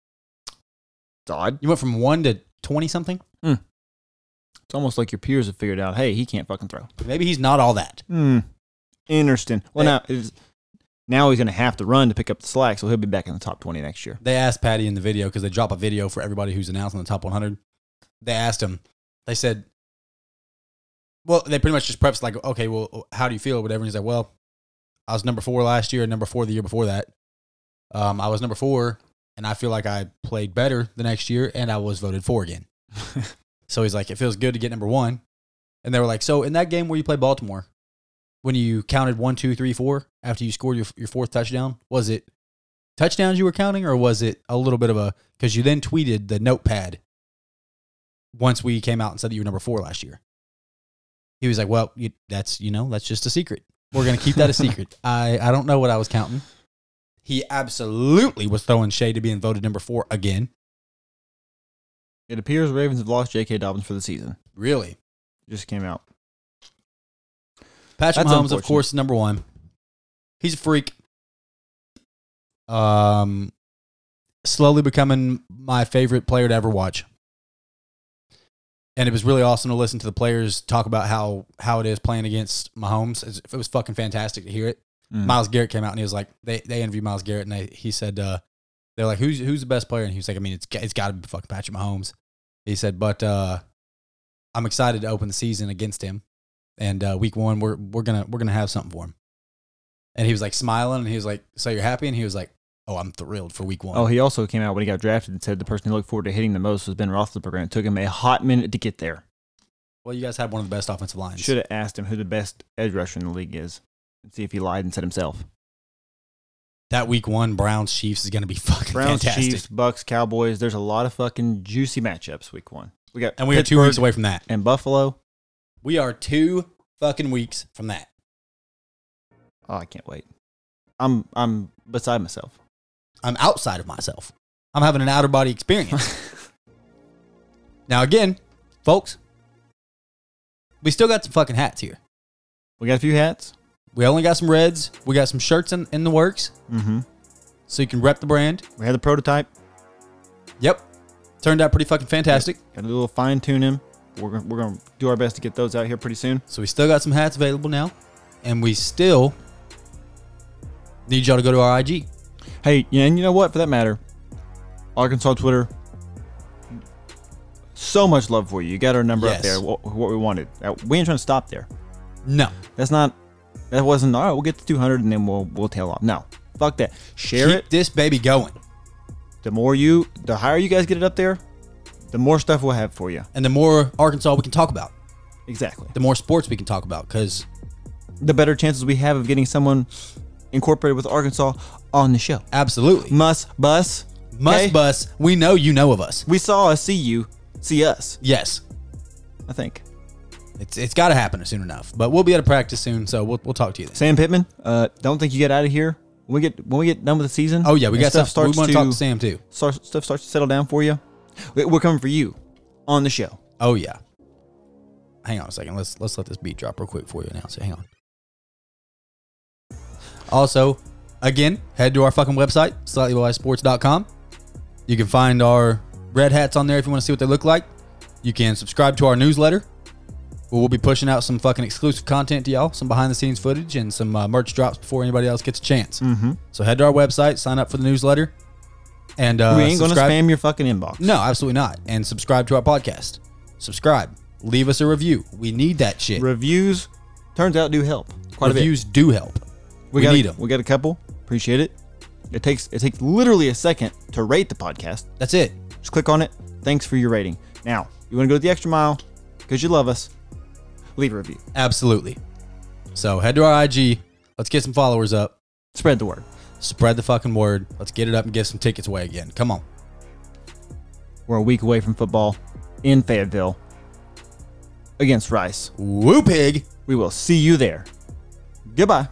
A: It's odd.
B: You went from one to 20 something.
A: It's almost like your peers have figured out, hey, he can't fucking throw.
B: Maybe he's not all that.
A: Hmm. Interesting. Well,
B: Hey.
A: now it's, now he's going to have to run to pick up the slack, so he'll be back in the top twenty next year.
B: They asked Patty in the video because they drop a video for everybody who's announced on the top 100. They asked him, they said, well, they pretty much just prepped like, okay, well, how do you feel or whatever. And he's like, well, I was number four last year and number four the year before that. Um, I was number four and I feel like I played better the next year and I was voted for again. so he's like, it feels good to get number one. And they were like, so in that game where you play Baltimore, when you counted one, two, three, four after you scored your, your fourth touchdown? Was it touchdowns you were counting, or was it a little bit of a because you then tweeted the notepad once we came out and said that you were number four last year? He was like, "Well, you, that's you know that's just a secret. We're gonna keep that a secret. I I don't know what I was counting." He absolutely was throwing shade to being voted number four again.
A: It appears Ravens have lost J.K. Dobbins for the season.
B: Really,
A: Just came out.
B: Patrick
A: That's
B: Mahomes, of
A: unfortunate.
B: course, is number one. He's a freak. Um, slowly becoming my favorite player to ever watch. And it was really awesome to listen to the players talk about how how it is playing against Mahomes. It's- It was fucking fantastic to hear it.
A: Mm.
B: Miles Garrett came out and he was like, they they interviewed Miles Garrett and they, he said, uh, they're like, who's who's the best player? And he was like, I mean, it's it's got to be fucking Patrick Mahomes. He said, but uh, I'm excited to open the season against him, and uh, week one we're we're gonna we're gonna have something for him. And he was like smiling and he was like, so you're happy? And he was like, oh, I'm thrilled for week one.
A: Oh, he also came out when he got drafted and said the person he looked forward to hitting the most was Ben Roethlisberger, and it took him a hot minute to get there.
B: well, you guys have one of the best offensive lines.
A: Should have asked him who the best edge rusher in the league is, and see if he lied and said himself.
B: that week one Browns Chiefs is gonna be fucking
A: Browns,
B: fantastic.
A: Chiefs, Bucks, Cowboys. There's a lot of fucking juicy matchups week one. We got
B: And we are two
A: Pittsburgh
B: weeks away from that.
A: and Buffalo.
B: We are two fucking weeks from that.
A: Oh, I can't wait. I'm I'm beside myself.
B: I'm outside of myself. I'm having an outer body experience. now, again, folks, we still got some fucking hats here.
A: We got a few hats.
B: We only got some reds. We got some shirts in, in the works,
A: Mm-hmm.
B: so you can rep the brand.
A: We had the prototype.
B: Yep. Turned out pretty fucking fantastic.
A: Got a little fine tune him. We're gonna, we're gonna do our best to get those out here pretty soon.
B: So we still got some hats available now. And we still need y'all to go to our IG.
A: Hey, yeah, and you know what? For that matter, Arkansas Twitter. So much love for you. You got our number up
B: Yes.
A: there. What, what we wanted. Uh, We ain't trying to stop there.
B: No.
A: That's not. That wasn't all right. We'll get to 200 and then we'll we'll tail off. No, fuck that. Share
B: Keep
A: it.
B: this baby going.
A: The more you, the higher you guys get it up there, the more stuff we'll have for you.
B: And the more Arkansas we can talk about,
A: Exactly.
B: the more sports we can talk about. Because
A: The better chances we have of getting someone incorporated with Arkansas on the show.
B: absolutely,
A: Must bus.
B: must
A: Mm, okay?
B: bus, we know you know of us.
A: We saw us, see you, see us.
B: Yes,
A: I think.
B: it's it's got to happen soon enough. But we'll be out of practice soon, so we'll we'll talk to you then.
A: Sam Pittman, uh, don't think you get out of here. When we get when we get done with the season.
B: Oh yeah, we
A: and
B: got stuff. we want to talk to Sam too.
A: start- stuff starts to settle down for you. we- We're coming for you on the show.
B: Oh yeah. Hang on a second. Let's let's let this beat drop real quick for you now. So hang on. Also, again, head to our fucking website, slightlywisesports.com. You can find our red hats on there if you want to see what they look like. You can subscribe to our newsletter. where We'll be pushing out some fucking exclusive content to y'all, some behind the scenes footage, and some uh, merch drops before anybody else gets a chance.
A: Mm-hmm.
B: So head to our website, sign up for the newsletter, and uh,
A: we ain't gonna
B: subscribe-
A: spam your fucking inbox.
B: No, absolutely not. And subscribe to our podcast. Subscribe. Leave us a review. We need that shit.
A: Reviews turns out do help quite a bit.
B: Reviews do help. we
A: got
B: need
A: a,
B: 'em.
A: We got a couple. Appreciate it. It takes it takes literally a second to rate the podcast.
B: That's it.
A: Just click on it. Thanks for your rating. Now you want to go the extra mile because you love us. Leave a review.
B: Absolutely. So head to our IG. Let's get some followers up.
A: Spread the word.
B: Spread the fucking word. Let's get it up and get some tickets away again. Come on.
A: We're a week away from football in Fayetteville against Rice.
B: Woo pig.
A: We will see you there. Goodbye.